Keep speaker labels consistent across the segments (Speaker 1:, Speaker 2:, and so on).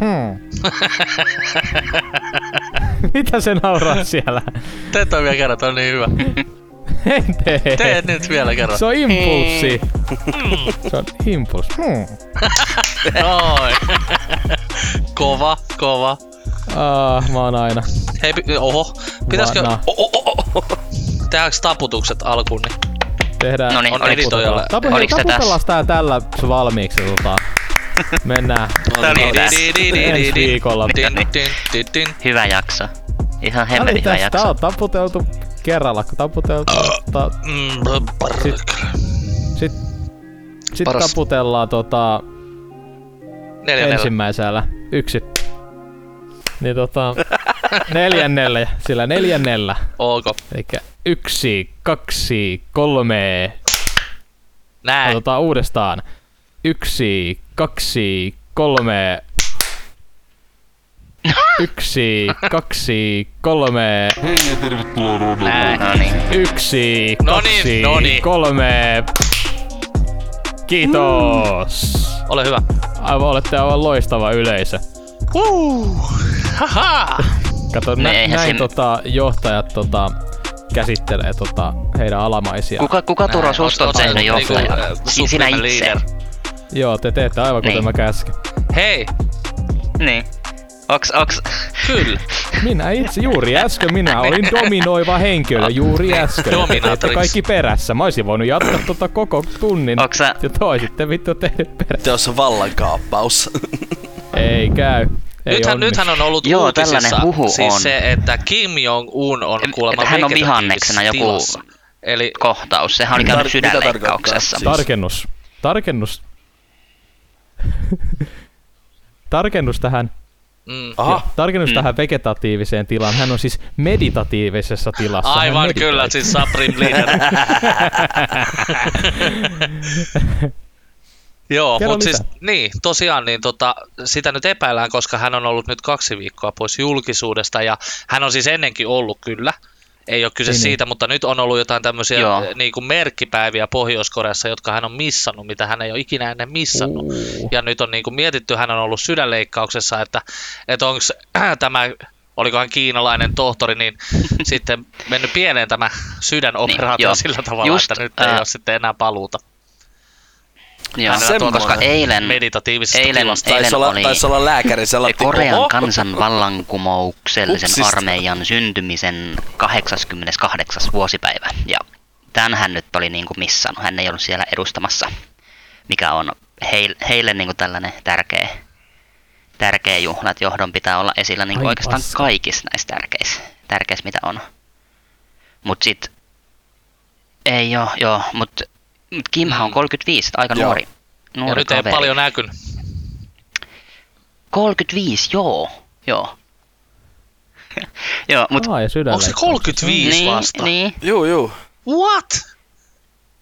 Speaker 1: Hmm. Mitä se nauraa siellä?
Speaker 2: Teet on vielä kerran, toi on niin hyvä.
Speaker 1: En tee.
Speaker 2: Teet nyt vielä kerran.
Speaker 1: Se on impulssi. Se on impulssi. Hmm.
Speaker 2: Noin. Kova, kova.
Speaker 1: Ah, mä oon aina.
Speaker 2: Hei, pi- oho. Pitäisikö...
Speaker 1: Vanha.
Speaker 2: O, o, o, o. Tehdäänkö taputukset alkuun? Niin?
Speaker 1: Tehdään.
Speaker 3: Noniin,
Speaker 2: On
Speaker 3: oliks,
Speaker 2: editoijalla.
Speaker 1: Tapu,
Speaker 3: oliks tää tässä?
Speaker 1: taputellaan tää tällä se valmiiksi. Tota. Mennään.
Speaker 3: Tää oli tässä.
Speaker 1: Ensi viikolla.
Speaker 2: Tin, tin, tin, tin.
Speaker 3: Hyvä jakso. Ihan
Speaker 1: Tää oli
Speaker 3: hemmetin hyvä
Speaker 1: tässä. niin, Tää
Speaker 3: jakso.
Speaker 1: on taputeltu kerralla, kun taputeltu. Ta,
Speaker 2: Mm, brr,
Speaker 1: Sit- sit, sit
Speaker 2: Paras.
Speaker 1: taputellaan tota,
Speaker 2: Neljä neljä.
Speaker 1: ensimmäisellä. Yksi. Niin tota, neljännellä, sillä neljännellä.
Speaker 2: Ok.
Speaker 1: Elikkä yksi, kaksi, kolme.
Speaker 2: Näin.
Speaker 1: Otetaan uudestaan. Yksi, kaksi, kolme. Yksi, kaksi, kolme.
Speaker 3: Näin, no niin.
Speaker 1: Yksi,
Speaker 2: No niin,
Speaker 1: kaksi,
Speaker 2: no niin.
Speaker 1: kolme. Kiitos.
Speaker 2: Ole hyvä.
Speaker 1: Aivan olette aivan loistava yleisö.
Speaker 2: Huh. Haha.
Speaker 1: Kato,
Speaker 3: No
Speaker 1: nä-
Speaker 3: eihän
Speaker 1: näin
Speaker 3: sen-
Speaker 1: tota, johtajat tota, käsittelee tota, heidän alamaisiaan.
Speaker 3: Kuka, kuka Turo
Speaker 2: Näin,
Speaker 3: susta on
Speaker 2: oot- oot
Speaker 3: tehnyt
Speaker 2: aivan niinku, äh,
Speaker 3: johtaja? Sin- Sinä
Speaker 2: supreme
Speaker 3: itse.
Speaker 2: leader.
Speaker 1: Joo, te teette aivan kuten
Speaker 3: Niin.
Speaker 1: mä käsken.
Speaker 2: Hei,
Speaker 3: Niin. Oks, oks...
Speaker 2: kyllä.
Speaker 1: Minä itse juuri äsken, minä olin dominoiva henkilö juuri
Speaker 3: Niin,
Speaker 1: äsken. Te teitte
Speaker 2: Dominatrix.
Speaker 1: kaikki perässä. Mä olisin voinut jatkaa tota koko tunnin.
Speaker 3: Oks sä...
Speaker 1: Ja toisitte vittu tehnyt perässä.
Speaker 4: Teossa vallankaappaus.
Speaker 1: Ei käy. Ei
Speaker 2: Nythän,
Speaker 1: onnistu.
Speaker 2: nythän on ollut
Speaker 3: Joo,
Speaker 2: uutisissa
Speaker 3: tällainen huhu
Speaker 2: siis
Speaker 3: on.
Speaker 2: se, että Kim Jong-un on
Speaker 3: Et-
Speaker 2: kuulemma
Speaker 3: että hän on
Speaker 2: vegetatiivisessa
Speaker 3: vihanneksena joku-
Speaker 2: tilassa. Eli
Speaker 3: kohtaus. Sehän oli
Speaker 4: Tar-
Speaker 3: käynyt
Speaker 4: mitä
Speaker 3: sydänleikkauksessa.
Speaker 4: tarkoittaa?
Speaker 1: Tarkennus. Tarkennus. Tarkennus tähän.
Speaker 2: mm,
Speaker 1: Aha.
Speaker 4: Aha.
Speaker 1: Tarkennus
Speaker 3: Mm.
Speaker 1: tähän vegetatiiviseen tilaan. Hän on siis meditatiivisessa tilassa. Hän
Speaker 2: aivan
Speaker 1: meditoi.
Speaker 2: kyllä, siis Supreme Leader. Joo,
Speaker 1: Kerro
Speaker 2: mutta siis
Speaker 1: lisää.
Speaker 2: niin, tosiaan niin tota, sitä nyt epäillään, koska hän on ollut nyt kaksi viikkoa pois julkisuudesta ja hän on siis ennenkin ollut kyllä. Ei ole kyse
Speaker 1: Niin,
Speaker 2: niin,
Speaker 1: niin.
Speaker 2: siitä, mutta nyt on ollut jotain tämmöisiä
Speaker 3: Joo.
Speaker 2: niin kuin merkkipäiviä Pohjois-Koreassa, jotka hän on missannut, mitä hän ei ole ikinä ennen missannut.
Speaker 1: Uu.
Speaker 2: Ja nyt on niin kuin mietitty, hän on ollut sydänleikkauksessa, että, että onko tämä, olikohan kiinalainen tohtori, niin sitten mennyt pieneen tämä
Speaker 3: Niin,
Speaker 2: sydänoperaatio
Speaker 3: joo.
Speaker 2: niin, sillä tavalla,
Speaker 3: Just,
Speaker 2: Just, että nyt ei
Speaker 3: ää,
Speaker 2: ole sitten enää paluuta
Speaker 3: Joo,
Speaker 4: Semmoinen.
Speaker 3: koska eilen,
Speaker 2: meditatiivisesta
Speaker 3: eilen,
Speaker 2: tilasta.
Speaker 4: Taisi
Speaker 3: eilen
Speaker 4: olla,
Speaker 3: oli
Speaker 4: taisi olla lääkäri salatti.
Speaker 3: Korean kansan vallankumouksellisen
Speaker 4: Upsista.
Speaker 3: armeijan syntymisen 88. vuosipäivä. Ja tämän hän nyt oli niinku missannut. Hän ei ollut siellä edustamassa, mikä on heille, heille niinku tällainen tärkeä, tärkeä juhla. Että johdon pitää olla esillä niinku
Speaker 1: Ai
Speaker 3: oikeastaan
Speaker 1: paska.
Speaker 3: kaikissa näissä tärkeissä, tärkeissä mitä on. Mut sit, ei joo, joo, mut mut Kimha on 35, aika
Speaker 4: Joo.
Speaker 3: nuori. Nuori
Speaker 2: Ja nyt ei
Speaker 3: kaveri.
Speaker 2: paljon näkynyt.
Speaker 3: 35, joo. Joo. joo, mut...
Speaker 1: Aa, ja sydälle.
Speaker 2: Onko se 35
Speaker 3: niin,
Speaker 2: vasta?
Speaker 3: Niin,
Speaker 4: Juu, juu.
Speaker 2: What?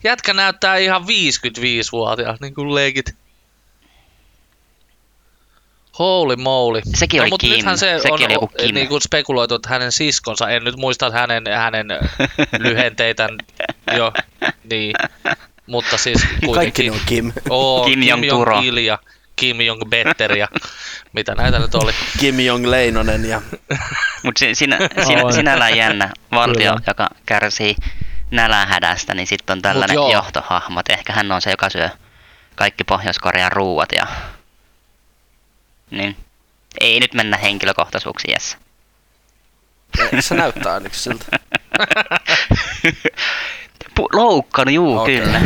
Speaker 2: Jätkä näyttää ihan 55-vuotiaalta, niin kuin leikit. Holy moly. No,
Speaker 3: Sekin oli
Speaker 2: mut
Speaker 3: Kim.
Speaker 2: nythän se
Speaker 3: Sekin
Speaker 2: on
Speaker 3: oli joku Kim.
Speaker 2: Niin kuin spekuloitu, että hänen siskonsa, en nyt muista hänen, hänen lyhenteitä jo, niin. Mutta siis kuitenkin. Oh.
Speaker 4: Kaikki ne on Kim.
Speaker 2: Oo,
Speaker 3: Kim
Speaker 2: Kim
Speaker 3: Jong-Turo.
Speaker 2: Jong-il ja Kim Jong-Better ja mitä näitä nyt oli.
Speaker 4: Kim Jong Leinonen ja
Speaker 3: mut si- sinä, sinä,
Speaker 1: On.
Speaker 3: sinällään jännä valtio,
Speaker 1: Kyllä.
Speaker 3: joka kärsii nälähädästä, niin sitten on tällainen
Speaker 2: joo.
Speaker 3: johtohahmo. Et ehkä hän on se, joka syö kaikki Pohjois-Korean ruuat ja... Niin. Ei nyt mennä henkilökohtaisuuksiin, Jesse.
Speaker 4: se näyttää ainakin siltä.
Speaker 3: Pu- loukkaan, juu,
Speaker 4: Okei.
Speaker 3: kyllä.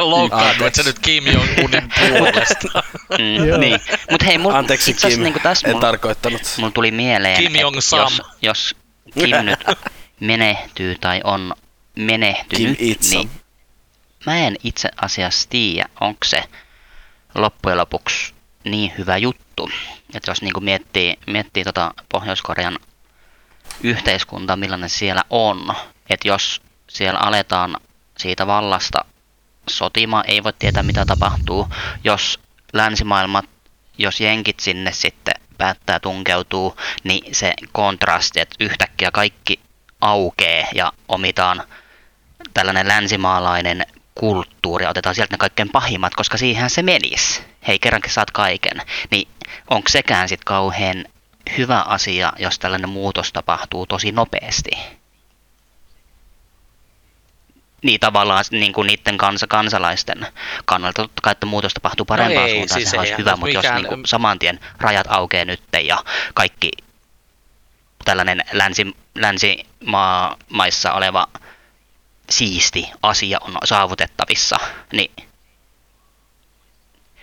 Speaker 2: Loukkaantuit se nyt Kim Jong-unin puolesta.
Speaker 1: Joo.
Speaker 3: mm, niin. Mut hei, mul,
Speaker 4: Anteeksi
Speaker 3: itse asiassa
Speaker 4: Kim,
Speaker 3: niinku tässä
Speaker 4: en
Speaker 3: mulla-
Speaker 4: tarkoittanut.
Speaker 3: Mulla tuli mieleen,
Speaker 2: Kim
Speaker 3: et
Speaker 2: Jong-sam.
Speaker 3: jos, jos Kim nyt menehtyy tai on
Speaker 4: Kim
Speaker 3: menehtynyt,
Speaker 4: itse.
Speaker 3: niin mä en itse asiassa tiedä, onko se loppujen lopuksi niin hyvä juttu. Että jos niinku miettii, miettii tota Pohjois-Korean yhteiskuntaa, millainen siellä on, että jos siellä aletaan siitä vallasta sotimaan, ei voi tietää mitä tapahtuu, jos länsimaailma jos jenkit sinne sitten päättää tunkeutuu, niin se kontrasti, että yhtäkkiä kaikki aukee ja omitaan tällainen länsimaalainen kulttuuri, ja otetaan sieltä ne kaikkein pahimmat, koska siihen se menisi. Hei, kerrankin saat kaiken. Niin onko sekään sitten kauhean hyvä asia, jos tällainen muutos tapahtuu tosi nopeasti? Niin tavallaan niin kuin niiden kansa, kansalaisten kannalta totta kai, että muutos tapahtuu parempaan
Speaker 2: ei,
Speaker 3: suuntaan,
Speaker 2: siis
Speaker 3: sehän olisi
Speaker 2: eihän
Speaker 3: hyvä,
Speaker 2: nyt
Speaker 3: mutta jos
Speaker 2: mikään-
Speaker 3: niin kuin saman tien rajat aukeaa nyt ja kaikki tällainen länsi, länsimaissa oleva siisti asia on saavutettavissa, niin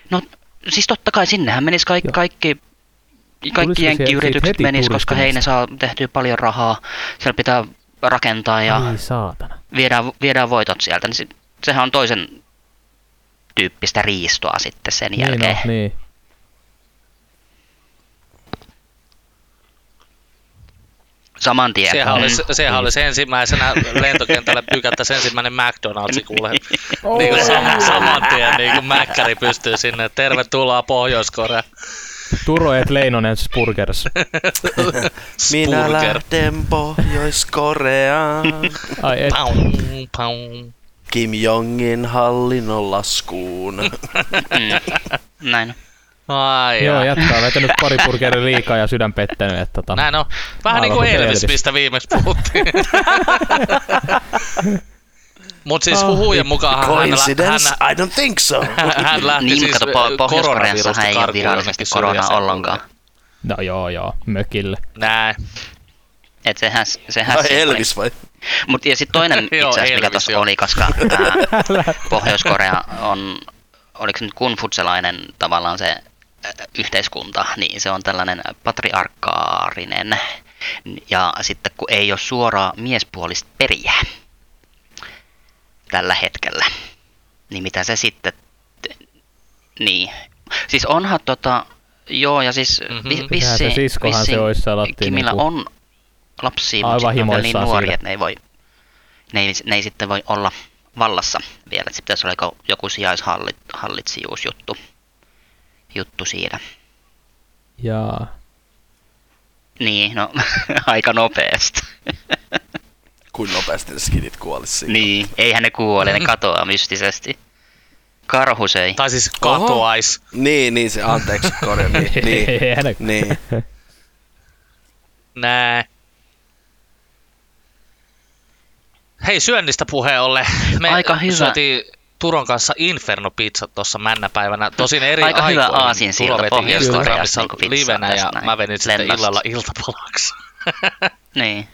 Speaker 3: no siis totta kai sinnehän menis kaikki,
Speaker 1: Joo.
Speaker 3: kaikki
Speaker 1: Tulisiko
Speaker 3: kaikki
Speaker 1: se
Speaker 3: jenkkiyritykset
Speaker 1: heti
Speaker 3: menis,
Speaker 1: puristamista?
Speaker 3: koska hei ne saa tehtyä paljon rahaa, siellä pitää rakentaa ja
Speaker 1: Ai saatana.
Speaker 3: viedään, viedään voitot sieltä, niin se, sehän on toisen tyyppistä riistoa sitten sen jälkeen.
Speaker 1: Niin, no, niin.
Speaker 3: Saman tien.
Speaker 2: Sehän
Speaker 3: kun-
Speaker 4: Mm.
Speaker 2: olisi, sehän olisi ensimmäisenä lentokentälle pykättäisiin ensimmäinen McDonald's, kuule.
Speaker 4: Oh.
Speaker 2: niin kuin sam, saman tien niin kuin Mäkkäri pystyy sinne. Tervetuloa Pohjois-Korea.
Speaker 1: Turo et Leinonen Burgers.
Speaker 4: Minä
Speaker 2: Spurger.
Speaker 4: lähden Pohjois-Koreaan.
Speaker 1: Ai et.
Speaker 2: Paum, paum.
Speaker 4: Kim Jongin hallinnon laskuun.
Speaker 3: Mm. Näin.
Speaker 2: Ai
Speaker 1: Joo,
Speaker 2: jaa.
Speaker 1: jatkaa. Vetänyt pari burgeria liikaa ja sydän pettänyt. Että tota.
Speaker 2: Näin on.
Speaker 1: Aivan
Speaker 2: Vähän niin kuin
Speaker 1: kuten
Speaker 2: Elvis,
Speaker 1: Elvis.
Speaker 2: mistä viimeksi puhuttiin. Mutta siis huhujen mukaan hän,
Speaker 4: Oh. Coincidence?
Speaker 2: hän,
Speaker 4: I don't think so.
Speaker 2: hän, hän lähti
Speaker 3: niin,
Speaker 2: siis
Speaker 3: mutta kato,
Speaker 2: äh,
Speaker 3: Pohjois-Koreassahan ei ole
Speaker 2: koronavirusta
Speaker 3: virallisesti
Speaker 2: karkuun
Speaker 3: koronaa
Speaker 2: jonnekin
Speaker 3: ollenkaan.
Speaker 2: syrjäseudulle.
Speaker 1: No joo joo, mökille.
Speaker 2: Näin.
Speaker 3: Et sehän, sehän
Speaker 4: Ai
Speaker 3: siinä oli.
Speaker 4: Elvis vai?
Speaker 3: Mut, ja sitten toinen itse
Speaker 2: Joo,
Speaker 3: asiassa, mikä
Speaker 2: Elvis,
Speaker 3: tuossa
Speaker 2: joo.
Speaker 3: oli, koska tää Pohjois-Korea on, oliko se nyt kunfutselainen tavallaan se äh, yhteiskunta, niin se on tällainen patriarkaarinen. Ja sitten kun ei ole suoraa miespuolista periä tällä hetkellä, niin mitä se sitten... te- Niin. Siis onhan tota... Joo, ja siis
Speaker 2: Mhm.
Speaker 3: vi-
Speaker 1: Sehän se
Speaker 3: vissiin...
Speaker 1: siskohan se
Speaker 3: vissiin
Speaker 1: olisi salatti
Speaker 3: Kimillä
Speaker 1: niinku-
Speaker 3: on lapsia,
Speaker 1: Aivan
Speaker 3: mutta sitten ne on vielä niin
Speaker 1: himoissaan
Speaker 3: nuoria,
Speaker 1: siitä.
Speaker 3: että ne ei voi ne ei, ne ei sitten voi olla vallassa vielä. Sitten pitäisi olla joku- joku sijaishallitsijuusjuttu juttu siinä.
Speaker 1: Jaa.
Speaker 3: Niin, no aika nopeasti.
Speaker 4: Kuin nopeasti ne skidit kuoli siinä.
Speaker 3: niin, eihän ne kuole, ne katoaa mystisesti. Karhu söi.
Speaker 2: Tai siis
Speaker 4: Oho.
Speaker 2: katoais.
Speaker 4: Niin, niin se, anteeksi, korja, niin, niin,
Speaker 1: Eihän ne-
Speaker 4: niin.
Speaker 2: Näin. Hei, syönnistä puheen ollen. Me
Speaker 3: Aika hyvä.
Speaker 2: syötiin Turon kanssa Inferno Pizza tuossa männäpäivänä. Tosin eri
Speaker 3: Aika hyvä
Speaker 2: aikoihin.
Speaker 3: aasinsilta
Speaker 2: Turo veti
Speaker 3: Pohjois-Koreasta,
Speaker 2: Instagramissa
Speaker 3: niinku pizzaa
Speaker 2: livenä
Speaker 3: tästä
Speaker 2: ja
Speaker 3: näin.
Speaker 2: mä venin sitten
Speaker 3: Lennosta.
Speaker 2: illalla iltapalaksi.
Speaker 3: Niin.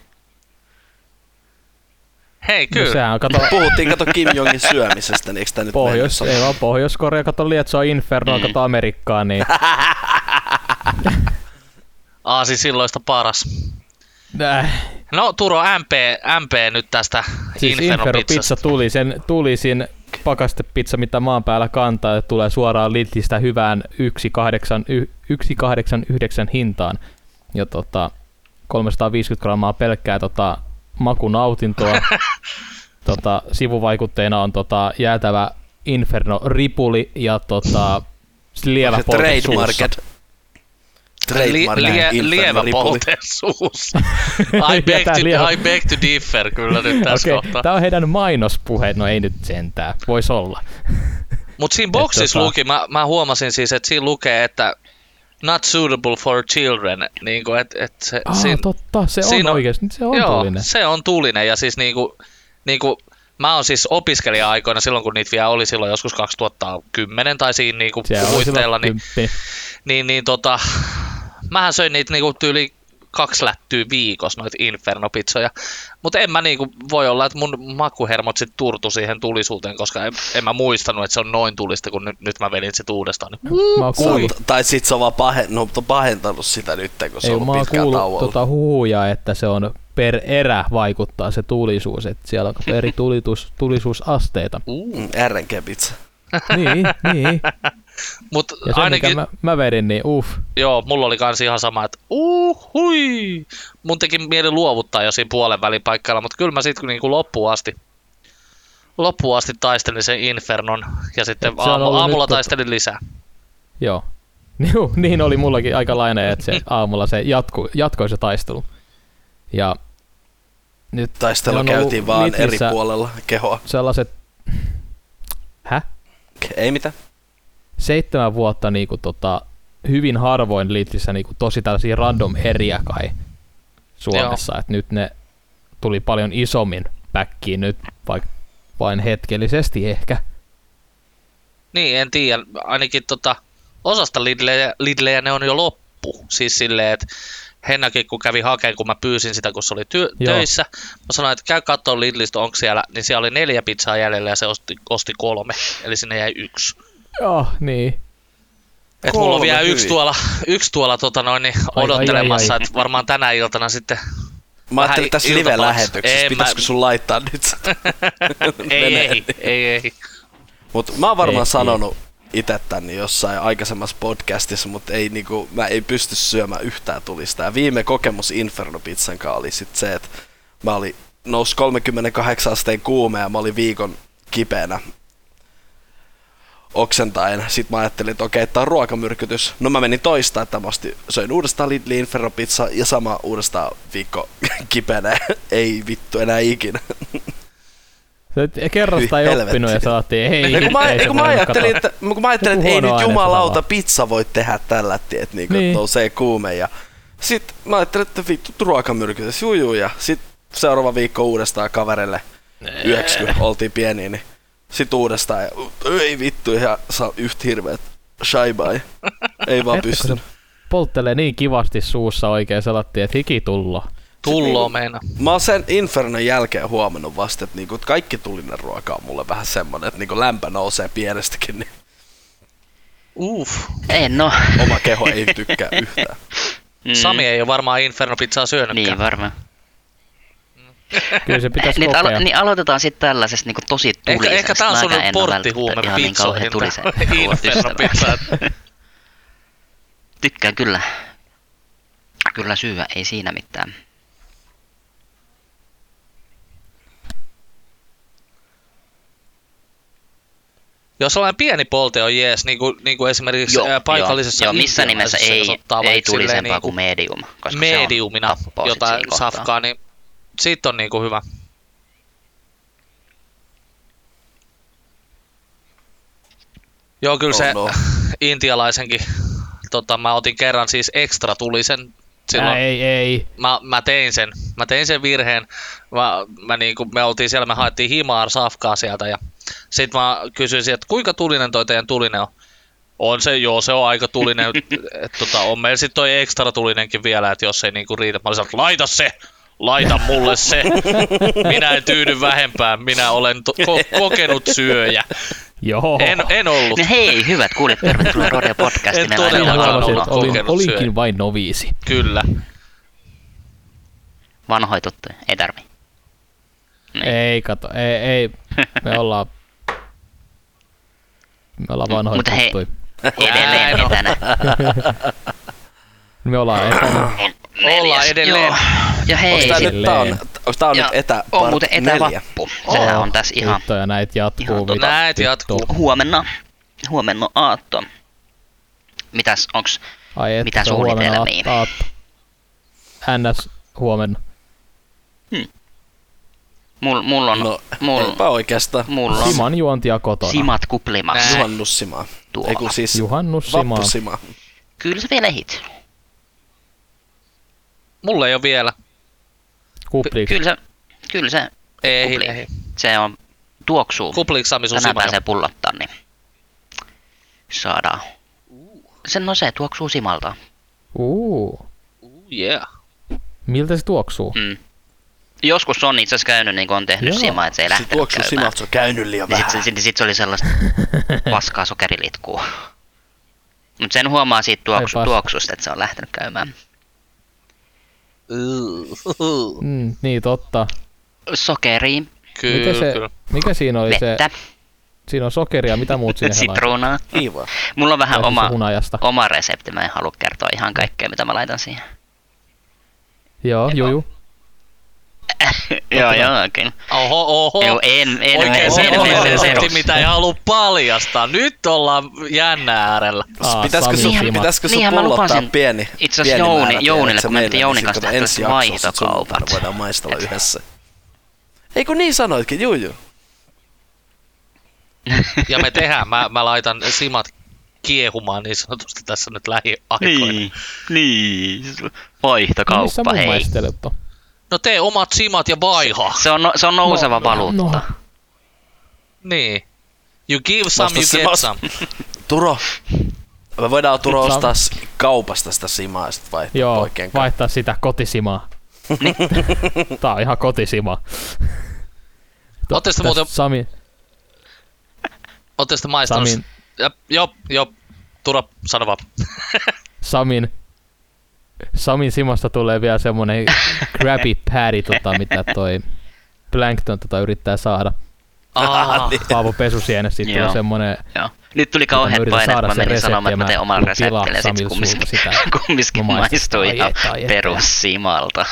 Speaker 2: Hei,
Speaker 1: No,
Speaker 2: kyllä.
Speaker 1: sehän on, kato,
Speaker 4: Puhuttiin, kato Kim Jongin syömisestä, niin eikö tää nyt
Speaker 1: Pohjois,
Speaker 4: mennyt
Speaker 1: ei vaan Pohjois-Korea, kato Lietsoa Infernoa,
Speaker 3: Mm.
Speaker 1: kato Amerikkaa, niin
Speaker 2: Aasi silloista paras.
Speaker 1: äh,
Speaker 2: No Turo, MP, MP nyt tästä
Speaker 1: siis
Speaker 2: Inferno,
Speaker 1: Inferno
Speaker 2: Pizzasta.
Speaker 1: pizza tuli, sen tulisin pakastepizza, mitä maan päällä kantaa, ja tulee suoraan Lidlistä hyvään 1,89 1,89 hintaan. Ja tota, 350 grammaa pelkkää tota, makunautintoa. tota, sivuvaikutteena on tota, jäätävä Inferno ripuli ja tota, lievä
Speaker 4: Se
Speaker 1: polvi suussa.
Speaker 4: trademarket. Trademarket.
Speaker 2: Li- lie-
Speaker 4: Inferno
Speaker 2: lievä
Speaker 4: ripuli.
Speaker 2: polteen suus. I beg,
Speaker 1: Jätään lievä-
Speaker 2: to, I beg to differ kyllä nyt tässä
Speaker 1: Okei,
Speaker 2: kohtaa.
Speaker 1: tää on heidän mainospuhe, no ei nyt sentään, voisi olla.
Speaker 2: Mut siinä boksissa
Speaker 1: tota-
Speaker 2: luki, mä, mä huomasin siis, että siinä lukee, että not suitable for children. Niin kuin, et, et se,
Speaker 1: Ah,
Speaker 2: siinä,
Speaker 1: totta, se on
Speaker 2: siinä on-
Speaker 1: oikeasti, se on
Speaker 2: joo,
Speaker 1: tullinen.
Speaker 2: se on tulinen. Ja siis niinku, niinku, mä oon siis opiskelija-aikoina silloin, kun niitä vielä oli silloin joskus 2010 tai siinä niinku
Speaker 1: Se on
Speaker 2: puitteilla,
Speaker 1: silloin
Speaker 2: niin,
Speaker 1: kymppi.
Speaker 2: niin, niin tota, mähän söin niitä niinku tyyli kaksi lättyä viikossa noita inferno-pizzoja, mutta en mä niinku, voi olla, että mun makuhermot sit turtu siihen tulisuuteen, koska en, en mä muistanut, että se on noin tulista, kun nyt, nyt mä vedin sit uudestaan.
Speaker 1: Mä oon
Speaker 4: Se on-
Speaker 1: kuullut,
Speaker 4: Tai sit se on vaan pahen, no, mutta pahentanut sitä nyt, kun se
Speaker 1: ei,
Speaker 4: on
Speaker 1: mä
Speaker 4: ollut
Speaker 1: oon
Speaker 4: pitkään
Speaker 1: kuullut
Speaker 4: tauolla.
Speaker 1: tota huhuja, että se on per erä vaikuttaa se tulisuus, että siellä on eri tulitus, tulisuusasteita.
Speaker 4: Mm, RNG-pizza.
Speaker 1: niin, niin.
Speaker 2: Mutta
Speaker 1: Ja se,
Speaker 2: ainakin,
Speaker 1: mikä mä, mä vedin, niin uff.
Speaker 2: joo, mulla oli kans ihan sama, että uhui, mun teki mieli luovuttaa jo siinä puolen välipaikalla, mutta kyllä mä sit kun niinku loppuun asti, loppuun asti taistelin sen Infernon ja sitten
Speaker 1: Et se on
Speaker 2: aamu,
Speaker 1: ollut nyt
Speaker 2: aamulla
Speaker 1: tota-
Speaker 2: taistelin lisää.
Speaker 1: Joo. Juu, niin oli mullakin aika lainen, että se aamulla se jatku, jatkoi se taistelu. Ja nyt
Speaker 4: Taistelu
Speaker 1: ne on ollut
Speaker 4: käytiin vaan eri
Speaker 1: Lidlissä
Speaker 4: puolella kehoa.
Speaker 1: Sellaiset, häh?
Speaker 4: Ei mitään.
Speaker 1: seitsemän vuotta niinku tota, hyvin harvoin Lidlissä niinku tosi tällaisia random eriä kai Suomessa, että nyt ne tuli paljon isommin päkkiin nyt, vaikka vain hetkellisesti ehkä.
Speaker 2: Niin, en tiedä. Ainakin tota, osasta Lidlejä, Lidlejä ne on jo loppu. Siis silleen, että Hennakin kun kävi hakeen, kun mä pyysin sitä, kun se oli ty-
Speaker 1: Joo.
Speaker 2: töissä, mä sanoin, että käy katsoa Lidlistä, onko siellä, niin siellä oli neljä pizzaa jäljellä ja se osti, osti kolme, eli sinne jäi yksi.
Speaker 1: Joo, niin.
Speaker 2: Et mulla on
Speaker 4: Kolme
Speaker 2: vielä yksi
Speaker 4: hyvin.
Speaker 2: tuolla, yksi tuolla tota noin, niin
Speaker 1: ai,
Speaker 2: odottelemassa,
Speaker 1: ai.
Speaker 2: että varmaan tänä iltana sitten
Speaker 4: Mä
Speaker 2: Vähän
Speaker 4: ajattelin tässä
Speaker 2: iltapalaksi.
Speaker 4: live-lähetyksessä,
Speaker 2: Ei,
Speaker 4: pitäisikö
Speaker 2: mä-
Speaker 4: sun laittaa nyt se?
Speaker 2: ei,
Speaker 4: Menee.
Speaker 2: ei, ei, ei.
Speaker 4: Mut mä oon varmaan
Speaker 1: Ei,
Speaker 4: ei, sanonut itse tän jossain aikaisemmassa podcastissa, mutta ei niinku, mä ei pysty syömään yhtään tulista. Ja viime kokemus Inferno Pizzan kanssa oli sit se, että mä olin nous 38 asteen kuume ja mä olin viikon kipeänä oksentaen. Sitten mä ajattelin, että okei, tää on ruokamyrkytys. No mä menin toista, että mä ostin, söin uudestaan Lidli Inferno Pizza ja sama uudestaan viikko kipeänä. ei vittu enää ikinä.
Speaker 1: Sä et kerrasta ei
Speaker 4: Hyi
Speaker 1: oppinut
Speaker 4: helvetti.
Speaker 1: ja sanottiin, hei,
Speaker 4: Ei, kun mä,
Speaker 1: ei
Speaker 4: ei,
Speaker 1: se
Speaker 4: kun mä
Speaker 1: voinut
Speaker 4: ajattelin,
Speaker 1: katsoa.
Speaker 4: että, kun mä ajattelin, että ei
Speaker 1: Huono
Speaker 4: nyt
Speaker 1: aine
Speaker 4: jumalauta
Speaker 1: sanaa.
Speaker 4: pizza voi tehdä tällä, tie, että niinku,
Speaker 1: Niin.
Speaker 4: niin. nousee kuume. Ja... Sitten mä ajattelin, että vittu ruokamyrkytys, juu, juu ja sitten seuraava viikko uudestaan kaverille 90, oltiin pieniä, niin sitten uudestaan ja ei vittu, ja saa yhtä hirveet shaibai. Ei vaan
Speaker 1: Hetkinen,
Speaker 4: pysty.
Speaker 1: kun Polttelee niin kivasti suussa oikein, sanottiin, että hiki tullo.
Speaker 2: Tullo meina.
Speaker 4: Mä oon sen Infernon jälkeen huomannut vasta, että niinku, että kaikki tulinen ruoka on mulle vähän semmonen, että niinku lämpö nousee pienestäkin, niin
Speaker 2: Uff.
Speaker 3: Ei no.
Speaker 4: oma keho ei tykkää yhtään.
Speaker 3: Mm,
Speaker 2: Sami ei ole varmaan Inferno pizzaa syönytkään.
Speaker 3: Niin varmaan.
Speaker 1: Kyllä se pitäisi
Speaker 3: Niin,
Speaker 1: kokea.
Speaker 3: alo- niin aloitetaan sitten tällaisesta niinku tosi
Speaker 2: Ehkä,
Speaker 3: tulisesta.
Speaker 2: ehkä tää on sun
Speaker 3: Mäkään en oo
Speaker 2: porttihuume
Speaker 3: välttämättä ihan niin
Speaker 2: pizzoihin.
Speaker 3: kauhean tulisen
Speaker 2: Inferno pizza.
Speaker 3: Tykkään kyllä. Kyllä syyä, ei siinä mitään.
Speaker 2: Jos sellainen pieni polte on jees, niin kuin, niin kuin esimerkiksi joo, paikallisessa
Speaker 3: joo, joo, missään nimessä
Speaker 2: intialaisessa,
Speaker 3: ei,
Speaker 2: jos ottaa
Speaker 3: ei
Speaker 2: vaikka silleen
Speaker 3: tulisempaa
Speaker 2: niinku
Speaker 3: kuin medium, koska se
Speaker 2: mediumina
Speaker 3: on tappaa sit
Speaker 2: jotain
Speaker 3: siinä kohtaa.
Speaker 2: safkaa, niin siitä on niinku hyvä. Joo, kyllä
Speaker 4: Oh
Speaker 2: se
Speaker 4: no.
Speaker 2: intialaisenkin, tota, mä otin kerran siis ekstra tulisen silloin,
Speaker 1: Ää, ei, ei.
Speaker 2: mä, mä tein sen. Mä tein sen virheen. Mä, mä niin me oltiin siellä, me haettiin himaan safkaa sieltä ja sit mä kysyin sieltä, että kuinka tulinen toi teidän tulinen on? On se, joo, se on aika tulinen. Et, tota, on meillä sitten toi ekstra tulinenkin vielä, että jos ei niinku riitä. Mä olisin, että laita se! Laita mulle se! Minä en tyydy vähempään, minä olen to- ko- kokenut syöjä.
Speaker 1: Joo.
Speaker 2: En, en ollut.
Speaker 3: No hei, hyvät kuulijat, tervetuloa Rodeo Podcastiin.
Speaker 2: En
Speaker 3: Meillä on
Speaker 1: Minä
Speaker 2: todellakaan
Speaker 3: täällä
Speaker 1: huomasin,
Speaker 2: ollut
Speaker 1: että olin,
Speaker 2: kokenut
Speaker 1: olinkin
Speaker 2: syöjä.
Speaker 1: vain noviisi.
Speaker 2: Kyllä.
Speaker 3: Vanhoja tuttuja, ei tarvi. Niin.
Speaker 1: Ei, kato, ei, ei. Me ollaan... Me ollaan vanhoja
Speaker 3: Mutta hei-
Speaker 1: tuttuja.
Speaker 3: Edelleen
Speaker 2: Näin on.
Speaker 3: etänä.
Speaker 1: Me ollaan etänä.
Speaker 3: Neljäs,
Speaker 2: edelleen.
Speaker 3: Joo. Ja hei,
Speaker 4: Onks tää,
Speaker 1: sit-
Speaker 4: nyt, tää on, onks tää on
Speaker 3: ja
Speaker 4: nyt etä
Speaker 3: on
Speaker 4: part
Speaker 3: muuten
Speaker 4: neljä?
Speaker 3: etävappu. Sehän
Speaker 2: Oh.
Speaker 1: Oo.
Speaker 3: on tässä ihan
Speaker 1: Vittu, ja näitä
Speaker 3: ihan
Speaker 1: jatkuu.
Speaker 3: tota-
Speaker 1: vittu.
Speaker 2: Näitä jatkuu.
Speaker 3: huomenna. Huomenna on aatto. Mitäs, onks
Speaker 1: Ai et,
Speaker 3: Mitä niin.
Speaker 1: se on huomenna
Speaker 3: suunnitelmia?
Speaker 1: aat- aatto. NS huomenna.
Speaker 3: mul, mul on,
Speaker 4: No,
Speaker 3: mul,
Speaker 4: eipä oikeastaan.
Speaker 3: mulla on
Speaker 1: Siman juontia kotona.
Speaker 3: simat kuplimassa.
Speaker 2: Nää.
Speaker 4: Juhannus Simaa.
Speaker 3: Tuolla.
Speaker 4: Ei kun siis
Speaker 1: Juhannus Simaa.
Speaker 4: Vappu Simaa.
Speaker 3: Kyllä sä vielä ehit.
Speaker 2: Mulla ei ole vielä.
Speaker 1: Kupliks.
Speaker 3: Kyllä sä, kyllä sä,
Speaker 2: Ei,
Speaker 3: Kupli.
Speaker 2: ei.
Speaker 3: se on tuoksuu.
Speaker 2: Kupliks Sami sun
Speaker 3: Tänään
Speaker 2: Simo jo?
Speaker 3: pääsee pullottaa, niin saadaan. Sen no se tuoksuu simalta.
Speaker 1: Uu.
Speaker 2: Ooh, Oh, yeah.
Speaker 1: Miltä se tuoksuu?
Speaker 3: Mm. Joskus on itse asiassa käynyt, niin kuin on tehnyt
Speaker 1: Joo.
Speaker 3: simaa, että se ei
Speaker 4: Se
Speaker 3: lähtenyt
Speaker 4: tuoksu
Speaker 3: käymään.
Speaker 4: Simalta, se on käynyt liian
Speaker 3: Niin
Speaker 4: vähän.
Speaker 3: sit, se- sit, sit, se oli sellaista paskaa sokerilitkua. Mut sen huomaa siitä tuoksu,
Speaker 1: Ai paska.
Speaker 3: tuoksusta, että se on lähtenyt käymään.
Speaker 1: Mm, niin totta.
Speaker 3: Sokeriin,
Speaker 1: Mikä,
Speaker 2: Kyllä,
Speaker 1: se,
Speaker 2: kyllä.
Speaker 1: mikä siinä oli se?
Speaker 3: vettä,
Speaker 1: Siinä on sokeria, mitä muut sinne laitat?
Speaker 3: sitruunaa.
Speaker 4: Kiiva.
Speaker 3: Mulla on vähän
Speaker 1: Tai siis
Speaker 3: oma,
Speaker 1: hunajasta.
Speaker 3: oma resepti, mä en halua kertoa ihan kaikkea, mitä mä laitan siihen.
Speaker 1: Joo, juu, juu.
Speaker 3: joo, joo, kyllä.
Speaker 2: Oho, oho.
Speaker 3: Joo, en, en,
Speaker 2: Oikein
Speaker 3: en,
Speaker 1: se-
Speaker 3: en,
Speaker 2: semmoinen
Speaker 1: se-
Speaker 3: en, en,
Speaker 1: se-
Speaker 2: resepti,
Speaker 1: se-
Speaker 2: mitä ei halua paljastaa. Nyt ollaan jännä äärellä.
Speaker 1: Aa,
Speaker 4: Pitäisikö
Speaker 1: Sami
Speaker 4: sun,
Speaker 1: Simat.
Speaker 4: pitäisikö sun
Speaker 3: Niinhän mä
Speaker 4: pullottaa
Speaker 3: lupasin.
Speaker 4: pieni,
Speaker 3: Itse asiassa
Speaker 4: pieni
Speaker 3: Jouni-
Speaker 4: määrä tiedät
Speaker 3: Jounille,
Speaker 4: sä
Speaker 3: kun me
Speaker 4: meille,
Speaker 3: tehtiin Jounin
Speaker 4: niin
Speaker 3: kanssa
Speaker 4: sitten
Speaker 3: tällaiset
Speaker 4: ensi jaksossa sit
Speaker 3: vaihtokaupat.
Speaker 4: sunnuntaina voidaan maistella yhdessä. Ei kun niin sanoitkin, juu juu.
Speaker 2: Ja me tehdään, mä, mä laitan simat kiehumaan niin sanotusti tässä nyt lähiaikoina.
Speaker 3: Niin, niin. Vaihtokauppa,
Speaker 1: No mun
Speaker 3: hei.
Speaker 1: maistelet on?
Speaker 2: No tee omat simat ja vaiha.
Speaker 3: Se on, no- se on nouseva valuutta.
Speaker 1: no.
Speaker 2: Niin. You give some, you
Speaker 4: se
Speaker 2: get
Speaker 4: vasta-
Speaker 2: some.
Speaker 4: Turo. Me voidaan Turo
Speaker 1: Saa-
Speaker 4: ostaa s- kaupasta sitä simaa ja sit vaihtaa
Speaker 1: Joo,
Speaker 4: poikien kanssa.
Speaker 1: vaihtaa sitä kotisimaa. Tää on ihan kotisima.
Speaker 2: Ootteko te muuten-
Speaker 1: Sami,
Speaker 2: Ootte sitä maistanut?
Speaker 1: Samin.
Speaker 2: Jop, jop, jop. Turo, sano vaan.
Speaker 1: Samin, Samin simasta tulee vielä semmonen crappy patty, tota, mitä toi Plankton tota, yrittää saada.
Speaker 2: Aa,
Speaker 4: Niin.
Speaker 1: Paavo Pesusienes, siitä tulee
Speaker 3: Joo.
Speaker 1: semmonen
Speaker 3: Joo. Nyt tuli
Speaker 1: Mä
Speaker 3: kauhean
Speaker 1: yritän
Speaker 3: paine,
Speaker 1: saada
Speaker 3: että mä
Speaker 1: sen
Speaker 3: menin
Speaker 1: reseptin
Speaker 3: sanomaan,
Speaker 1: ja
Speaker 3: että mä teen
Speaker 1: mä
Speaker 3: oman
Speaker 1: pilaa
Speaker 3: reseptillä, ja sit
Speaker 1: Samilla
Speaker 3: kumminkin,
Speaker 1: suulla sitä.
Speaker 3: kumminkin
Speaker 1: Mä maistan.
Speaker 3: maistuu
Speaker 1: Ai
Speaker 3: ihan
Speaker 1: että, ai että.
Speaker 3: perussimalta.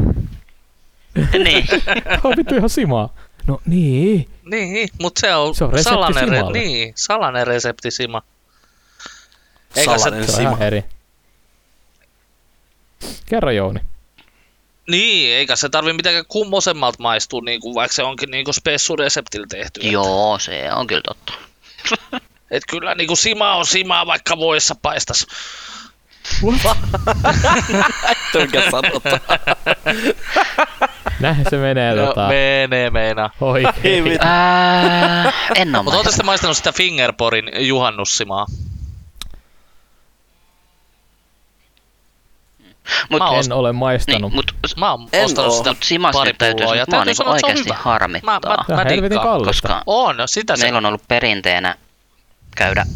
Speaker 3: niin,
Speaker 1: Tää on vittu ihan simaa. No niin.
Speaker 2: niin, mut se on,
Speaker 1: Se on resepti
Speaker 2: salainen, re-
Speaker 1: simalle.
Speaker 2: niin, salainen resepti Sima. Eikä se,
Speaker 4: Salainen
Speaker 1: Se on
Speaker 4: sima.
Speaker 1: ihan eri. Kerro Jouni.
Speaker 2: niin, eikä se tarvi mitenkään kummosemmalta maistua, niin kuin, vaikka se onkin niin kuin spessureseptillä tehty.
Speaker 3: joo, se on kyllä totta.
Speaker 2: Et kyllä niin kuin Sima on Sima, vaikka voissa paistas.
Speaker 4: Tönkä sanota.
Speaker 1: Näin se menee
Speaker 2: No,
Speaker 1: tota,
Speaker 2: menee meinaa.
Speaker 4: Ei
Speaker 1: oikein.
Speaker 4: vittu.
Speaker 3: Ää, en oo
Speaker 2: Mutta ootte
Speaker 3: maistanut.
Speaker 2: sitten maistanut sitä Fingerporin juhannussimaa?
Speaker 3: Mut,
Speaker 2: mä oon
Speaker 1: En ole maistanut.
Speaker 3: niin, mut,
Speaker 2: Mä oon
Speaker 4: En
Speaker 2: ostanut
Speaker 4: oo.
Speaker 2: sitä
Speaker 3: mut Simas
Speaker 2: pari
Speaker 3: nyt täytyy
Speaker 2: pulloa
Speaker 3: sanoa,
Speaker 2: ja
Speaker 3: että mua
Speaker 2: täytyy
Speaker 3: niinku
Speaker 2: sanoa, että se on
Speaker 3: oikeesti
Speaker 2: hyvä.
Speaker 3: harmittaa.
Speaker 2: Mä, mä,
Speaker 1: Tää on
Speaker 2: mä
Speaker 1: helvetin
Speaker 2: dikkaan.
Speaker 1: kallista.
Speaker 3: koska
Speaker 2: On, no sitä se
Speaker 3: Meillä on ollut perinteenä käydä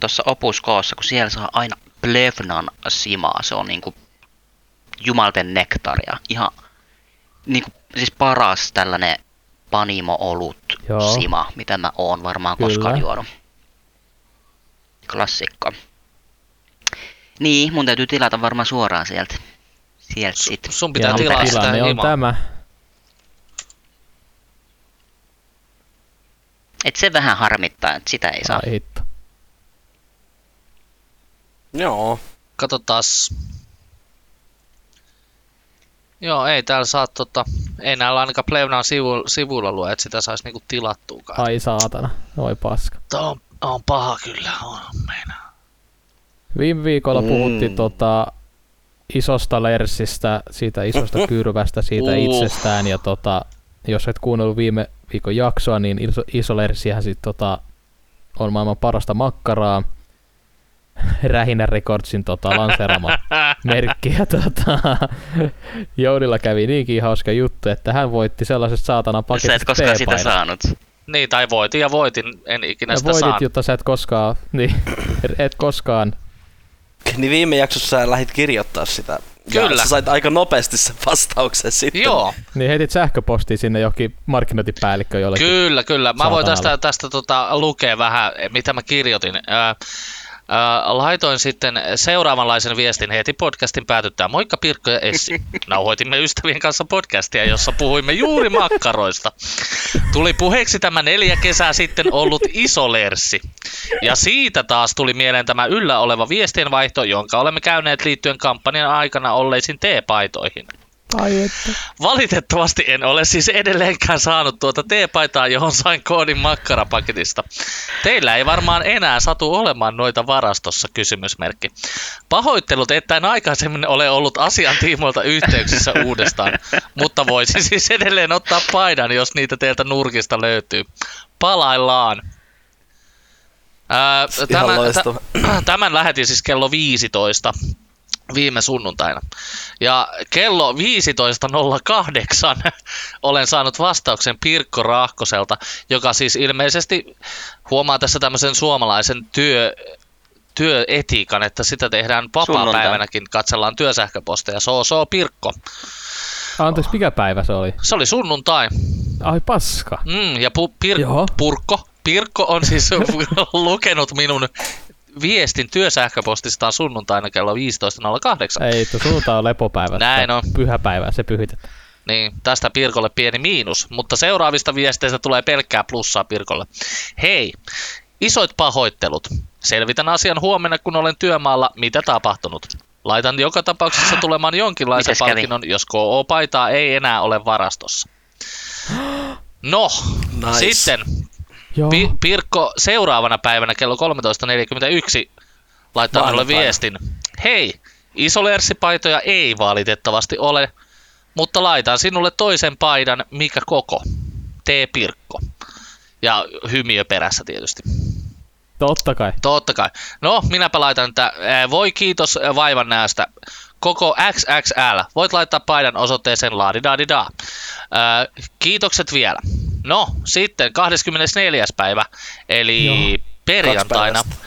Speaker 3: tuossa opuskoossa, kun siellä saa aina Plevnan simaa. Se on niinku jumalten nektaria. Ihan niinku, siis paras tällainen panimo-olut
Speaker 1: Joo.
Speaker 3: sima, mitä mä oon varmaan
Speaker 1: Kyllä.
Speaker 3: koskaan juonut. Klassikko. Niin, mun täytyy tilata varmaan suoraan sieltä. Sieltä
Speaker 2: Su-
Speaker 3: sit.
Speaker 2: sun pitää
Speaker 1: Ja
Speaker 2: tilaa
Speaker 3: tilanne
Speaker 2: sitä
Speaker 1: tilanne on
Speaker 2: himaa.
Speaker 1: tämä.
Speaker 3: Et se vähän harmittaa, että sitä ei saa.
Speaker 1: Ai hitto.
Speaker 4: Joo.
Speaker 2: Katsotaas. Joo, ei täällä saa tota, ei näillä ainakaan Plevnan sivu, sivuilla lue, että sitä saisi niinku tilattuukaan.
Speaker 1: Ai saatana. Oi paska.
Speaker 2: Tää on, on paha kyllä, on meinaa.
Speaker 1: Viime viikolla
Speaker 4: Mm.
Speaker 1: mm. puhuttiin tota, isosta lersistä, siitä isosta kyrvästä, siitä
Speaker 2: Uh.
Speaker 1: uh. itsestään. Ja tota, jos et kuunnellut viime viikon jaksoa, niin iso, iso lersihän sit, tota, on maailman parasta makkaraa. Rähinä Recordsin tota, lanseerama merkki. Ja, tota, Joudilla kävi niinkin hauska juttu, että hän voitti sellaisesta saatana
Speaker 3: Sä et
Speaker 1: paketista
Speaker 3: koskaan sitä
Speaker 1: teepaidan.
Speaker 3: saanut.
Speaker 2: Niin, tai voitin ja voitin, en ikinä
Speaker 1: Ja
Speaker 2: niin sitä saa.
Speaker 1: voitit, jotta sä et koskaan, niin, et koskaan.
Speaker 4: Niin viime jaksossa sä lähit kirjoittaa sitä.
Speaker 2: Kyllä.
Speaker 4: Ja sä sait aika nopeasti sen vastauksen sitten.
Speaker 2: Joo,
Speaker 1: Niin heitit sähköpostia sinne johonkin markkinointipäällikkö jollekin.
Speaker 2: Kyllä, kyllä. Mä voin
Speaker 1: saatanalle.
Speaker 2: tästä, tästä tota, lukea vähän, mitä mä kirjoitin. Ää, ää, laitoin sitten seuraavanlaisen viestin heti podcastin päätyttää. Moikka Pirkko ja Essi. Nauhoitimme ystävien kanssa podcastia, jossa puhuimme juuri makkaroista. Tuli puheeksi tämä neljä kesää sitten ollut iso lerssi. Ja siitä taas tuli mieleen tämä yllä oleva viestienvaihto, jonka olemme käyneet liittyen kampanjan aikana olleisiin teepaitoihin.
Speaker 1: Ai että.
Speaker 2: Valitettavasti en ole siis edelleenkään saanut tuota teepaitaa, johon sain koodin makkarapaketista. Teillä ei varmaan enää satu olemaan noita varastossa, kysymysmerkki. Pahoittelut, että en aikaisemmin ole ollut asian tiimoilta yhteyksissä uudestaan, mutta voisin siis edelleen ottaa paidan, jos niitä teiltä nurkista löytyy. Palaillaan. Ää,
Speaker 4: Ihan
Speaker 2: tämän,
Speaker 4: loistava.
Speaker 2: tä- tämän lähetin siis kello 15 viime sunnuntaina. Ja kello 15.08 olen saanut vastauksen Pirkko Rahkoselta, joka siis ilmeisesti huomaa tässä tämmöisen suomalaisen työ, työetiikan, että sitä tehdään vapaa-päivänäkin, katsellaan työsähköposteja. So, so, Pirkko.
Speaker 1: Anteeksi, mikä päivä se oli?
Speaker 2: Se oli sunnuntai.
Speaker 1: Ai paska.
Speaker 2: Mm, ja pu, pir,
Speaker 1: Joo.
Speaker 2: Purkko, Pirkko on siis lukenut minun viestin työsähköpostistaan sunnuntaina kello 15.08.
Speaker 1: Ei, että suunta on lepopäivä.
Speaker 2: Näin on.
Speaker 1: Pyhäpäivä, se pyhitetään.
Speaker 2: Niin, tästä Pirkolle pieni miinus, mutta seuraavista viesteistä tulee pelkkää plussaa Pirkolle. Hei, isoit pahoittelut. Selvitän asian huomenna, kun olen työmaalla, mitä tapahtunut. Laitan joka tapauksessa tulemaan jonkinlaisen
Speaker 3: Mites kävi?
Speaker 2: palkinnon, jos KO-paitaa ei enää ole varastossa. No,
Speaker 4: Nice.
Speaker 2: sitten
Speaker 1: Joo.
Speaker 2: Pi- Pirkko seuraavana päivänä kello 13.41 laittaa minulle
Speaker 4: Maanantaina.
Speaker 2: viestin. Hei, isolerssipaitoja ei valitettavasti ole, mutta laitan sinulle toisen paidan, mikä koko. Tee Pirkko. Ja hymiö perässä tietysti.
Speaker 1: Totta kai.
Speaker 2: Totta kai. No, minäpä laitan tätä. eh, Voi kiitos eh, vaivan näöstä. Koko XXL. Voit laittaa paidan osoitteeseen laadidadida. Kiitokset vielä. No, sitten 24. päivä, eli
Speaker 1: Joo.
Speaker 2: perjantaina.
Speaker 4: Kaksi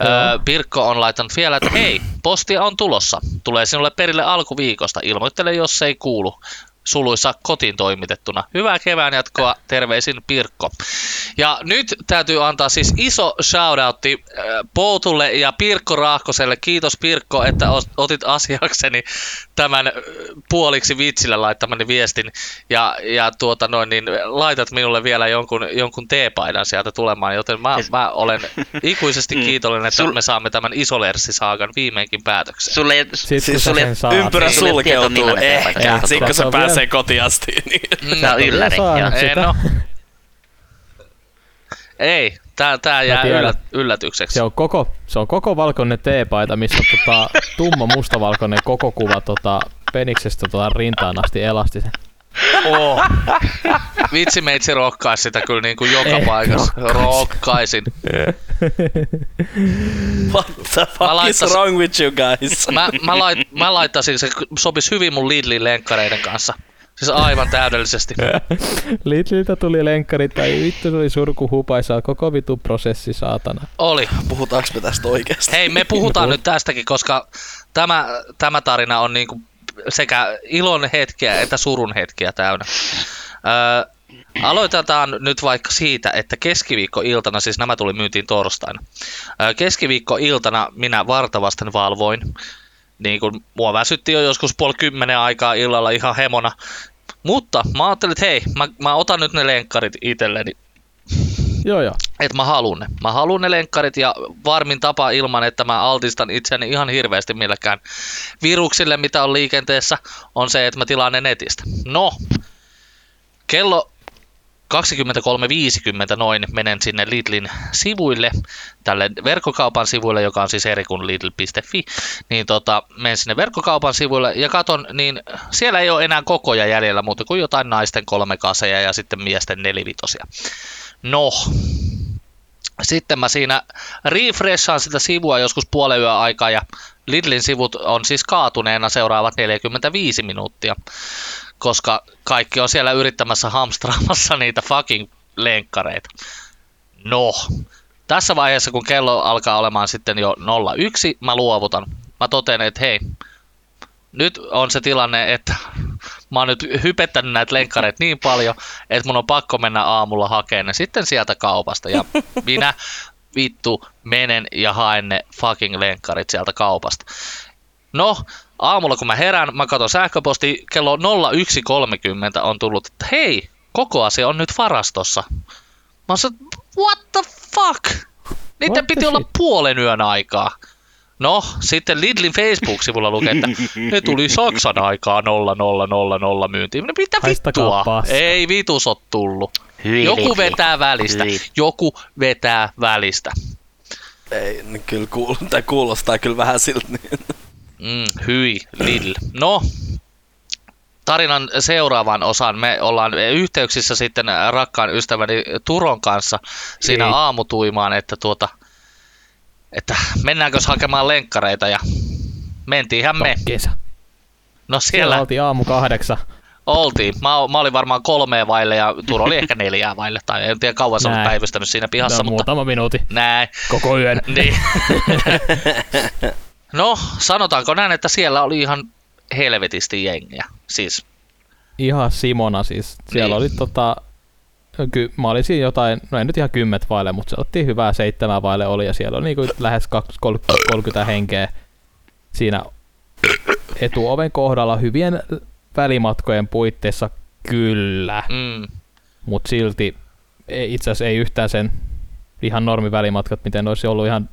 Speaker 2: Öö, Pirkko on laittanut vielä, että hei, postia on tulossa. Tulee sinulle perille alkuviikosta. Ilmoittele, jos se ei kuulu. Suluissa kotiin toimitettuna. Hyvää kevään jatkoa. Terveisin Pirkko. Ja nyt täytyy antaa siis iso shoutoutti äh, Poutulle ja Pirkko Raahkoselle. Kiitos Pirkko, että os- otit asiakseni tämän äh, puoliksi vitsillä laittamani viestin. Ja, ja tuota noin, niin laitat minulle vielä jonkun, jonkun teepaidan sieltä tulemaan, joten mä,
Speaker 3: Siis-
Speaker 2: mä olen ikuisesti
Speaker 3: Mm.
Speaker 2: kiitollinen, että
Speaker 3: Sul-
Speaker 2: me saamme tämän isolersisaakan viimeinkin päätökseen.
Speaker 3: Sulle ei...
Speaker 1: Sitten
Speaker 4: Siis
Speaker 1: kun sä
Speaker 3: sulle
Speaker 1: sen saat.
Speaker 4: Ympyrä
Speaker 3: Sulle tieto,
Speaker 4: sulkeutuu
Speaker 3: millainen teepaita
Speaker 4: ehkä.
Speaker 3: se on.
Speaker 4: Sitten kun
Speaker 1: Se
Speaker 4: se
Speaker 1: on
Speaker 4: pääsee
Speaker 1: vielä-
Speaker 4: kotiin asti, niin
Speaker 2: Mm,
Speaker 3: Tää on ylläri.
Speaker 1: Saanut
Speaker 3: joo.
Speaker 2: Ei,
Speaker 1: sitä.
Speaker 2: no. Ei, tää, tää jää
Speaker 1: tiedän.
Speaker 2: yllä, yllätykseksi.
Speaker 1: Se on koko, se on koko valkoinen teepaita, missä on tota, tumma mustavalkoinen koko kuva tota, peniksestä tota, rintaan asti elastisen.
Speaker 2: Oh. Vitsi meitsi rokkaisi sitä kyllä niin kuin joka
Speaker 1: Eh,
Speaker 2: paikassa. Rokkaisin.
Speaker 4: what the
Speaker 2: Mm. Mä
Speaker 4: fuck is
Speaker 2: laittasin-
Speaker 4: wrong with you guys?
Speaker 2: Mä, mä, lait, mä laittaisin, se sopisi hyvin mun Lidlin lenkkareiden kanssa. Siis aivan täydellisesti.
Speaker 1: Lidliltä tuli lenkkari tai vittu se oli surku hupaisaa koko vitu prosessi saatana.
Speaker 2: Oli.
Speaker 4: Puhutaanko me tästä oikeesti?
Speaker 2: Hei, me puhutaan nyt tästäkin, koska tämä, tämä tarina on niinku sekä ilon hetkiä että surun hetkiä täynnä. Öö, aloitetaan nyt vaikka siitä, että keskiviikkoiltana, siis nämä tuli myyntiin torstaina. Öö, keskiviikkoiltana minä vartavasten valvoin. Niin kun mua väsytti jo joskus puoli kymmenen aikaa illalla ihan hemona. Mutta mä ajattelin, että hei, mä, mä otan nyt ne lenkkarit itselleni
Speaker 1: Joo joo.
Speaker 2: että mä haluun ne. Mä haluun ne lenkkarit ja varmin tapa ilman, että mä altistan itseäni ihan hirveästi millekään viruksille, mitä on liikenteessä, on se, että mä tilaan ne netistä. No, kello 23.50 noin menen sinne Lidlin sivuille, tälle verkkokaupan sivuille, joka on siis eri kuin Lidl.fi, niin tota, menen sinne verkkokaupan sivuille ja katon, niin siellä ei ole enää kokoja jäljellä muuta kuin jotain naisten kolme kaseja ja sitten miesten nelivitosia. No, sitten mä siinä refreshaan sitä sivua joskus puolen yön aikaa ja Lidlin sivut on siis kaatuneena seuraavat 45 minuuttia, koska kaikki on siellä yrittämässä hamstraamassa niitä fucking lenkkareita. No, tässä vaiheessa kun kello alkaa olemaan sitten jo 01, mä luovutan. Mä totean, että hei, nyt on se tilanne, että mä oon nyt hypettänyt näitä lenkkareita niin paljon, että mun on pakko mennä aamulla hakemaan ne sitten sieltä kaupasta. Ja minä vittu menen ja haen ne fucking lenkkarit sieltä kaupasta. No, aamulla kun mä herään, mä katson sähköposti, kello 01.30 on tullut, että hei, koko asia on nyt varastossa. Mä oon sanonut, what the fuck? Niiden
Speaker 1: What the
Speaker 2: piti olla
Speaker 1: shit?
Speaker 2: puolen yön aikaa. No, sitten Lidlin Facebook-sivulla lukee, että ne tuli Saksan aikaa 0000 myyntiin. No Mitä
Speaker 1: Haistakaa
Speaker 2: vittua?
Speaker 1: paskaa.
Speaker 2: Ei vitus ole tullut.
Speaker 3: Hyi
Speaker 2: Joku
Speaker 3: Lidli.
Speaker 2: vetää välistä.
Speaker 3: Hyi.
Speaker 2: Joku vetää välistä.
Speaker 4: Ei, niin kyllä kuul, tai kuulostaa kyllä vähän siltä. Niin.
Speaker 2: Mm, hyi, Lidl. No, tarinan seuraavaan osaan me ollaan yhteyksissä sitten rakkaan ystäväni Turon kanssa siinä
Speaker 1: Ei.
Speaker 2: aamutuimaan, että tuota, että mennäänkö hakemaan lenkkareita ja mentiinhän me.
Speaker 1: Kesä. Siellä
Speaker 2: No siellä
Speaker 1: oltiin aamu kahdeksan.
Speaker 2: oltiin. Mä, o- mä olin varmaan kolmea vaille ja Turo oli ehkä neljää vaille tai en tiedä kauan sä olit
Speaker 1: Näin.
Speaker 2: päivystänyt siinä pihassa,
Speaker 1: No,
Speaker 2: no, mutta
Speaker 1: muutama minuutti.
Speaker 2: näin.
Speaker 1: Koko yön.
Speaker 2: Niin. no, sanotaanko näin, että siellä oli ihan helvetisti jengiä. Siis,
Speaker 1: Ihan Simona siis. Siellä
Speaker 2: Niin.
Speaker 1: oli tota, ky, mä olin siinä jotain, no ei nyt ihan kymmet vaille, mutta se otti hyvää seitsemän vaille oli ja siellä oli niinku lähes kaks- kol- 30 henkeä siinä etuoven kohdalla hyvien välimatkojen puitteissa kyllä,
Speaker 2: mm,
Speaker 1: mutta silti ei- itse asiassa ei yhtään sen ihan normivälimatkat, miten ne olisi ollut ihan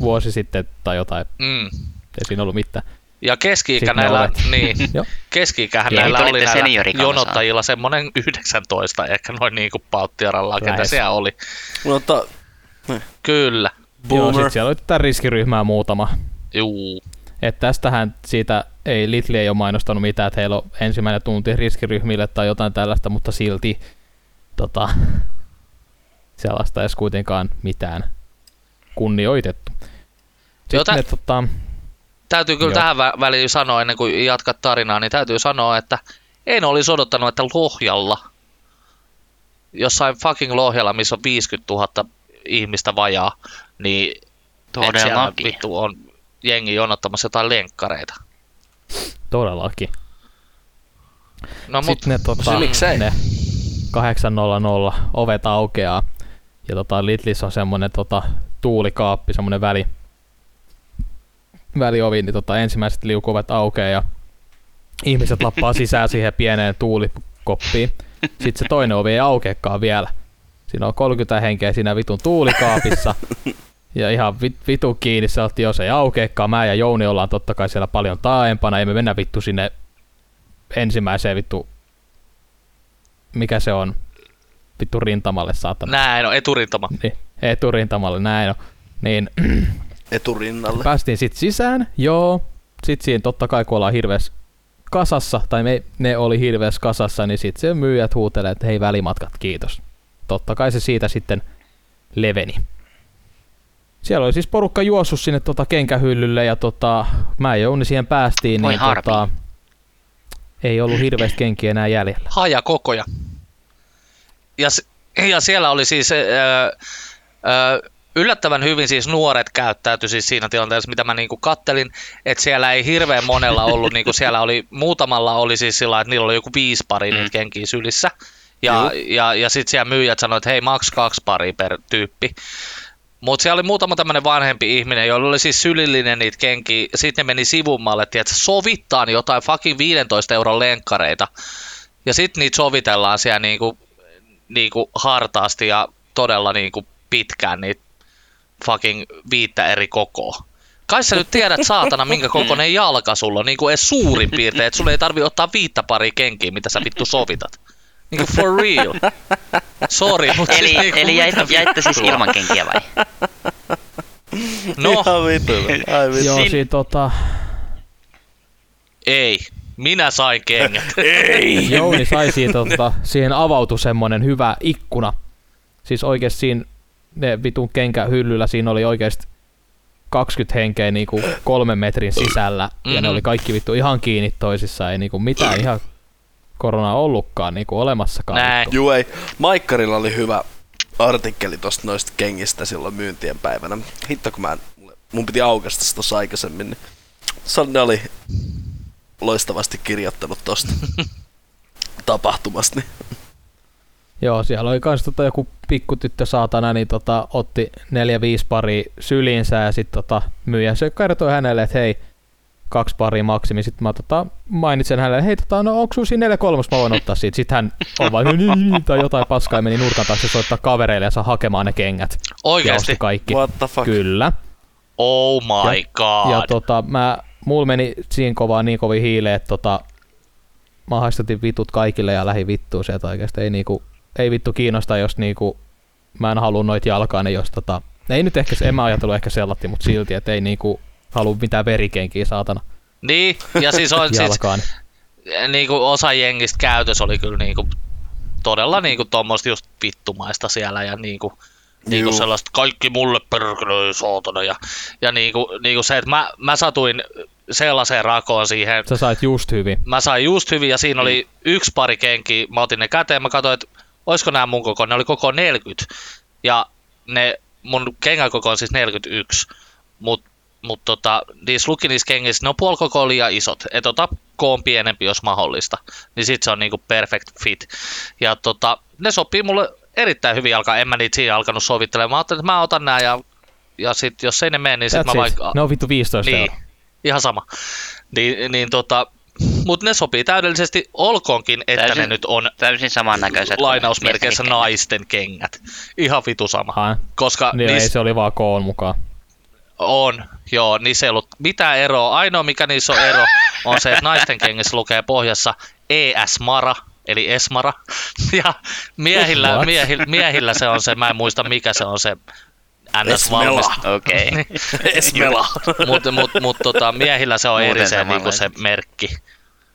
Speaker 1: vuosi sitten tai jotain,
Speaker 2: mm.
Speaker 1: ei siinä ollut mitään.
Speaker 2: Ja keski-ikä
Speaker 1: Sit ne
Speaker 2: näillä,
Speaker 1: olet.
Speaker 2: niin,
Speaker 1: Joo.
Speaker 2: keski
Speaker 3: Joo,
Speaker 2: näillä
Speaker 3: nyt
Speaker 2: oli
Speaker 3: olitte
Speaker 2: näillä
Speaker 3: seniorikansaa.
Speaker 2: jonottajilla semmoinen 19, ehkä noin niin kuin Palttiaralla, ketä
Speaker 1: Lähes.
Speaker 2: siellä oli.
Speaker 4: Mutta
Speaker 2: Kyllä.
Speaker 1: Joo,
Speaker 4: boomer.
Speaker 1: sit siellä oli tätä riskiryhmää muutama.
Speaker 2: Juu.
Speaker 1: Et tästähän siitä ei, Litli ei ole mainostanut mitään, että heillä on ensimmäinen tunti riskiryhmille tai jotain tällaista, mutta silti tota, sellaista ei edes kuitenkaan mitään kunnioitettu. Sitten
Speaker 2: Jotain-
Speaker 1: ne, tota,
Speaker 2: Täytyy kyllä Joo.
Speaker 1: Joo.
Speaker 2: tähän vä- väliin sanoa, ennen kuin jatkat tarinaa, niin täytyy sanoa, että en olisi odottanut, että Lohjalla, jossain fucking Lohjalla, missä on 50 000 ihmistä vajaa, niin että siellä
Speaker 3: Todellakin.
Speaker 2: vittu on jengi jonottamassa jotain lenkkareita.
Speaker 1: todellakin.
Speaker 2: No
Speaker 1: Mut,
Speaker 2: mut,
Speaker 1: Sitten ne, tota,
Speaker 4: miksei?
Speaker 1: ne 800 ovet aukeaa. Ja tota, Lidlissä on semmonen tota, tuulikaappi, semmonen väli, väliovi, niin tota, ensimmäiset liukuvat aukeaa ja ihmiset lappaa sisään siihen pieneen tuulikoppiin. Sitten se toinen ovi ei aukeakaan vielä. Siinä on 30 henkeä siinä vitun tuulikaapissa. Ja ihan vit, vitu kiinni se otti, jos ei aukeakaan. Mä ja Jouni ollaan totta kai siellä paljon taaempana. Ei me mennä vittu sinne ensimmäiseen vittu, mikä se on, vittu rintamalle saatana.
Speaker 2: näin on, eturintama.
Speaker 1: Niin, eturintamalle, näin on. Niin
Speaker 4: Eturinnalle.
Speaker 1: päästiin sitten sisään, joo. Sitten siinä totta kai kun ollaan hirveässä kasassa, tai me, ne oli hirveässä kasassa, niin sitten se myyjät huutelee, että hei välimatkat, kiitos. Totta kai se siitä sitten leveni. Siellä oli siis porukka juossut sinne tota kenkähyllylle ja tota, mä ja Jouni siihen päästiin,
Speaker 3: Voi
Speaker 1: niin
Speaker 3: harmi.
Speaker 1: tota, ei ollut hirveästi kenkiä enää jäljellä.
Speaker 2: hajakokoja. Ja, s- ja siellä oli siis öö, öö, yllättävän hyvin siis nuoret käyttäytyi siis siinä tilanteessa, mitä mä niinku kattelin, että siellä ei hirveän monella ollut, niinku siellä oli, muutamalla oli siis sillä lailla, että niillä oli joku viisi pari mm. niitä kenkiä sylissä. Ja, ja, ja sitten siellä myyjät sanoivat, että hei, maks kaksi pari per tyyppi. Mutta siellä oli muutama tämmöinen vanhempi ihminen, jolla oli siis sylillinen niitä kenkiä. Sitten ne meni sivummalle, tiedätkö, sovittaan jotain fucking 15 euron lenkkareita. Ja sitten niitä sovitellaan siellä niinku, niinku hartaasti ja todella niinku pitkään niitä fucking viittä eri kokoa. Kai sä nyt tiedät saatana, minkä kokoinen jalka sulla on, niinku edes suurin piirtein, että sulle ei tarvi ottaa viittä pari kenkiä, mitä sä vittu sovitat. Niinku for real. Sorry, siis niinku- mutta
Speaker 3: Eli, eli jäit, jäitte siis ilman kenkiä vai?
Speaker 2: No,
Speaker 4: Ihan vittu. Ai vittu.
Speaker 1: Joo,
Speaker 3: Sin-
Speaker 1: siinä tota,
Speaker 2: ei. Minä sain kengät.
Speaker 1: Jouni sai siitä, tota, siihen avautui semmonen hyvä ikkuna. Siis oikeesti siinä ne vitun kenkähyllyllä siinä oli oikeesti 20 henkeä niinku kolmen metrin sisällä. Ja
Speaker 2: Mhm.
Speaker 1: ne oli kaikki vittu ihan kiinni toisissaan. Ei niinku mitään ihan koronaa ollutkaan niinku olemassakaan.
Speaker 2: Näin.
Speaker 1: vittu.
Speaker 4: Juu ei. Maikkarilla oli hyvä artikkeli tosta noista kengistä silloin myyntien päivänä. Hitto kun mä en, mulle- mun piti aukasta se tossa aikaisemmin. Niin. Sanne oli loistavasti kirjoittanut tosta tapahtumasta. Niin.
Speaker 1: Joo, siellä oli kans tota joku pikkutyttö saatana, niin tota, otti neljä viisi pari syliinsä ja sitten tota, myyjä se kertoi hänelle, että hei, kaksi paria maksimi. Sitten mä tota, mainitsen hänelle, hei, tota, no onko sun siinä neljä kolmas, mä voin ottaa siitä. Sitten hän on vaan, niin, niin, niin, tai jotain paskaa, ja meni nurkan taakse soittaa kavereille ja saa hakemaan ne kengät. Ja
Speaker 2: Oikeesti.
Speaker 1: osti kaikki.
Speaker 4: What the fuck?
Speaker 1: Kyllä.
Speaker 2: Oh my god.
Speaker 1: Ja tota, mä, mulla meni siinä kovaa niin kovin hiileen, että tota, mä haistatin vitut kaikille ja lähi vittuun sieltä oikeesti. Ei, niinku, ei vittu kiinnosta, jos niinku, mä en halua noit jalkaan, jos tota, ei nyt ehkä, en mä ajatellut ehkä sellatti, mutta silti, että ei niinku halua mitään verikenkiä saatana
Speaker 2: Niin, ja siis on siis,
Speaker 1: jalkaan.
Speaker 2: niin kuin osa jengistä käytös oli kyllä niin kuin, todella niin kuin tuommoista just vittumaista siellä ja niin kuin, niin kuin
Speaker 4: Juu.
Speaker 2: sellaista kaikki mulle perkele saatana ja, ja niin kuin, niin kuin se, että mä, mä satuin sellaiseen rakoon siihen,
Speaker 1: Sä sait just hyvin.
Speaker 2: mä sain just hyvin ja siinä
Speaker 1: Niin.
Speaker 2: oli yksi pari kenkiä, mä otin ne käteen, mä katsoin, että olisiko nämä mun koko, ne oli koko 40 ja ne mun kengän koko on siis 41, mutta mut tota, niissä luki niissä kengissä, ne on puoli koko liian isot, et ota koon pienempi jos mahdollista, niin sit se on niinku perfect fit. Ja tota, ne sopii mulle erittäin hyvin alkaa, en mä niitä siinä alkanut sovittelemaan, mä ajattelin, että mä otan nää ja, ja sit jos ei ne mene, niin sit
Speaker 1: That's
Speaker 2: mä
Speaker 1: it.
Speaker 2: vaikka
Speaker 1: Ne on vittu 15
Speaker 2: niin,
Speaker 1: euroa.
Speaker 2: ihan sama. Niin, niin tota, mutta ne sopii täydellisesti, olkoonkin, että
Speaker 3: Täysin-
Speaker 2: ne nyt on
Speaker 3: Täysin samannäköiset. kuin
Speaker 2: lainausmerkeissä
Speaker 3: miesten kengät.
Speaker 2: naisten kengät. Ihan vitu sama.
Speaker 1: Aha.
Speaker 2: Koska
Speaker 1: Niin,
Speaker 2: niis,
Speaker 1: ei, se oli vaan koon mukaan.
Speaker 2: On, joo, niissä ei ollut mitään eroa. Ainoa mikä niissä on ero on se, että naisten kengissä lukee pohjassa ES-mara, eli Esmara. Ja miehillä,
Speaker 1: What?
Speaker 2: miehillä, miehillä se on se, mä en muista mikä se on se
Speaker 4: Esmela.
Speaker 2: NS-valmis.
Speaker 3: Okei. Okay.
Speaker 4: Esmela.
Speaker 2: Mutta mut, mut, tota, miehillä se on
Speaker 3: Muuten
Speaker 2: eri se, niinku se
Speaker 3: samanlainen.
Speaker 2: merkki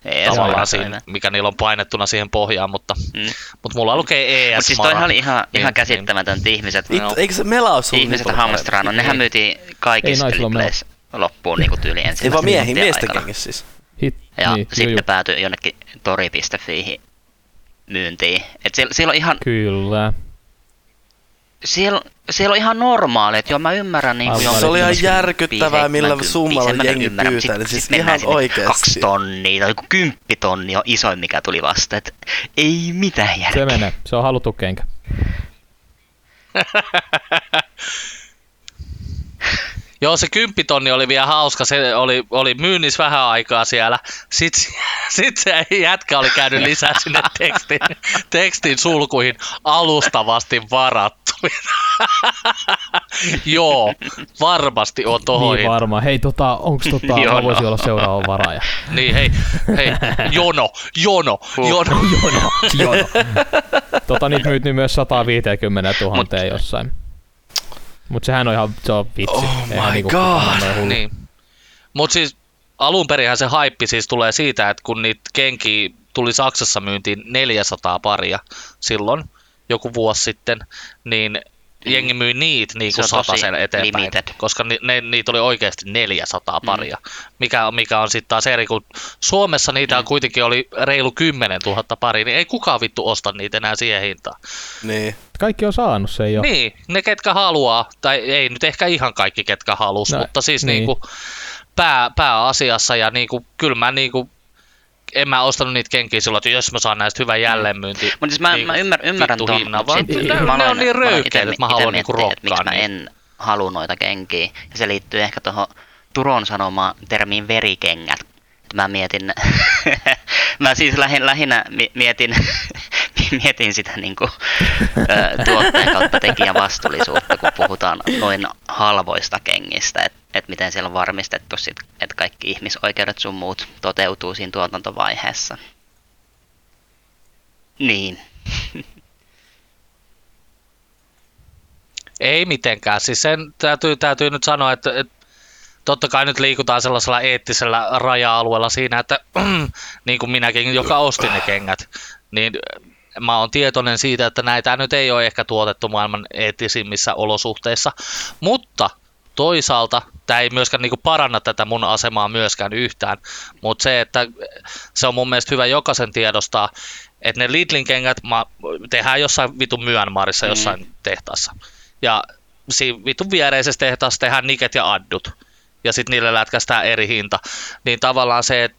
Speaker 3: Ei edes
Speaker 2: tavallaan
Speaker 3: varmaan
Speaker 2: siinä,
Speaker 3: enää.
Speaker 2: mikä niillä on painettuna siihen pohjaan, mutta
Speaker 3: Mm.
Speaker 2: mut mulla lukee ES-mara.
Speaker 3: Mutta siis toihan oli ihan, ihan
Speaker 2: Niin,
Speaker 3: käsittämätöntä, että ihmiset,
Speaker 4: It, eikö se mela ole sun
Speaker 3: No. ihmiset hamstraanut, nehän myytiin kaikissa
Speaker 1: naisilla ole
Speaker 3: tripleissä loppuun niinku tyyli
Speaker 4: Ei vaan
Speaker 3: ensimmäisen
Speaker 4: miehi,
Speaker 3: minuutin
Speaker 4: miesten
Speaker 3: aikana.
Speaker 4: kengissä siis.
Speaker 1: Hit,
Speaker 3: Ja
Speaker 1: niin,
Speaker 3: sitten
Speaker 1: juu, juu.
Speaker 3: päätyi jonnekin tori.fi myyntiin. Et siellä, siellä, on ihan,
Speaker 1: Kyllä.
Speaker 3: siellä, siellä on ihan normaali, että joo mä ymmärrän niin
Speaker 1: Aivan.
Speaker 3: joo,
Speaker 1: Se oli ihan
Speaker 3: 50,
Speaker 4: järkyttävää, millä
Speaker 3: 70,
Speaker 4: summalla
Speaker 3: sen mä
Speaker 4: jengi
Speaker 3: ymmärrän, mut
Speaker 4: pyytää, niin
Speaker 3: sit-
Speaker 4: siis
Speaker 3: sit mennään
Speaker 4: ihan
Speaker 3: sinne
Speaker 4: oikeesti.
Speaker 3: Kaksi tonnia tai joku kymppitonni on isoin, mikä tuli vasta. Et ei mitään
Speaker 1: Se
Speaker 3: järkeä.
Speaker 1: menee. Se on haluttu kenkä.
Speaker 2: Joo, se kymppitonni oli vielä hauska, se oli, oli myynnissä vähän aikaa siellä. Sitten sit se jätkä oli käynyt lisää sinne tekstin, tekstin sulkuihin alustavasti varattu. Joo, varmasti on tohon
Speaker 1: Niin
Speaker 2: hintaan.
Speaker 1: varmaan. Hei, tota, onks tota,
Speaker 3: Joo,
Speaker 1: mä
Speaker 3: no.
Speaker 1: voisin olla seuraava varaaja.
Speaker 2: Niin hei, hei, jono, jono, jono.
Speaker 1: Jono, jono. tota, niitä myyt nyt myös 150 000 Mut.
Speaker 3: Mut-
Speaker 1: jossain. Mut sehän on ihan, se on vitsi.
Speaker 4: Oh
Speaker 1: Eihän
Speaker 4: my
Speaker 1: niinku
Speaker 4: god.
Speaker 1: kukaan noin hullu.
Speaker 2: Niin. Mutta siis alun perinhän se haippi siis tulee siitä, että kun niitä kenkiä tuli Saksassa myyntiin 400 paria silloin, joku vuosi sitten, niin jengi myi niitä niin
Speaker 3: Se
Speaker 2: kuin
Speaker 3: on tosi
Speaker 2: sen eteenpäin,
Speaker 3: limited. Mm.
Speaker 2: koska ni, ne, niitä oli oikeasti 400 paria, mikä, on- mikä on sitten taas eri, kun Suomessa niitä
Speaker 3: Mm.
Speaker 2: on kuitenkin oli reilu 10 000 paria, niin ei kukaan vittu osta niitä enää siihen hintaan.
Speaker 4: Niin.
Speaker 1: Kaikki on saanut sen jo.
Speaker 2: Niin, ne ketkä haluaa, tai ei nyt ehkä ihan kaikki ketkä halus,
Speaker 1: No,
Speaker 2: mutta siis
Speaker 1: niin.
Speaker 2: niin. niinku pää, pääasiassa ja niinku, kyllä mä niinku, en mä ostanut niitä kenkiä silloin, että jos mä saan näistä hyvän jälleenmyynti. niin
Speaker 3: Mutta siis mä, mä ymmär, ymmärrän
Speaker 2: vittu
Speaker 3: ton,
Speaker 2: hinnan,
Speaker 3: mut
Speaker 2: vaan
Speaker 3: sit
Speaker 2: ne-
Speaker 3: mä
Speaker 2: ne
Speaker 3: aloin-
Speaker 2: on niin
Speaker 3: mä aloin
Speaker 2: röyhkeitä,
Speaker 3: ite-
Speaker 2: että mä
Speaker 3: ite
Speaker 2: haluan niinku
Speaker 3: miettiä, että
Speaker 2: rokkaa
Speaker 3: Miksi mä
Speaker 2: niitä.
Speaker 3: en halua noita kenkiä. Ja se liittyy ehkä tuohon Turon sanomaan termiin verikengät. Et mä mietin, mä siis lähin, lähinnä mi- mietin, mietin sitä niinku, ö, tuotteen kautta tekijän vastuullisuutta, kun puhutaan noin halvoista kengistä, että et miten siellä on varmistettu, sit, että kaikki ihmisoikeudet sun muut toteutuu siinä tuotantovaiheessa. Niin.
Speaker 2: Ei mitenkään, siis sen täytyy, täytyy nyt sanoa, että, että totta kai nyt liikutaan sellaisella eettisellä raja-alueella siinä, että niin kuin minäkin, joka ostin ne kengät, niin mä oon tietoinen siitä, että näitä nyt ei ole ehkä tuotettu maailman eettisimmissä olosuhteissa, mutta toisaalta tämä ei myöskään niinku paranna tätä mun asemaa myöskään yhtään, mutta se, että se on mun mielestä hyvä jokaisen tiedostaa, että ne Lidlin kengät ma- tehdään jossain vitun Myönmarissa jossain mm. tehtaassa. Ja siinä vitun viereisessä tehtaassa tehdään niket ja addut. Ja sitten niille lätkästään eri hinta. Niin tavallaan se, että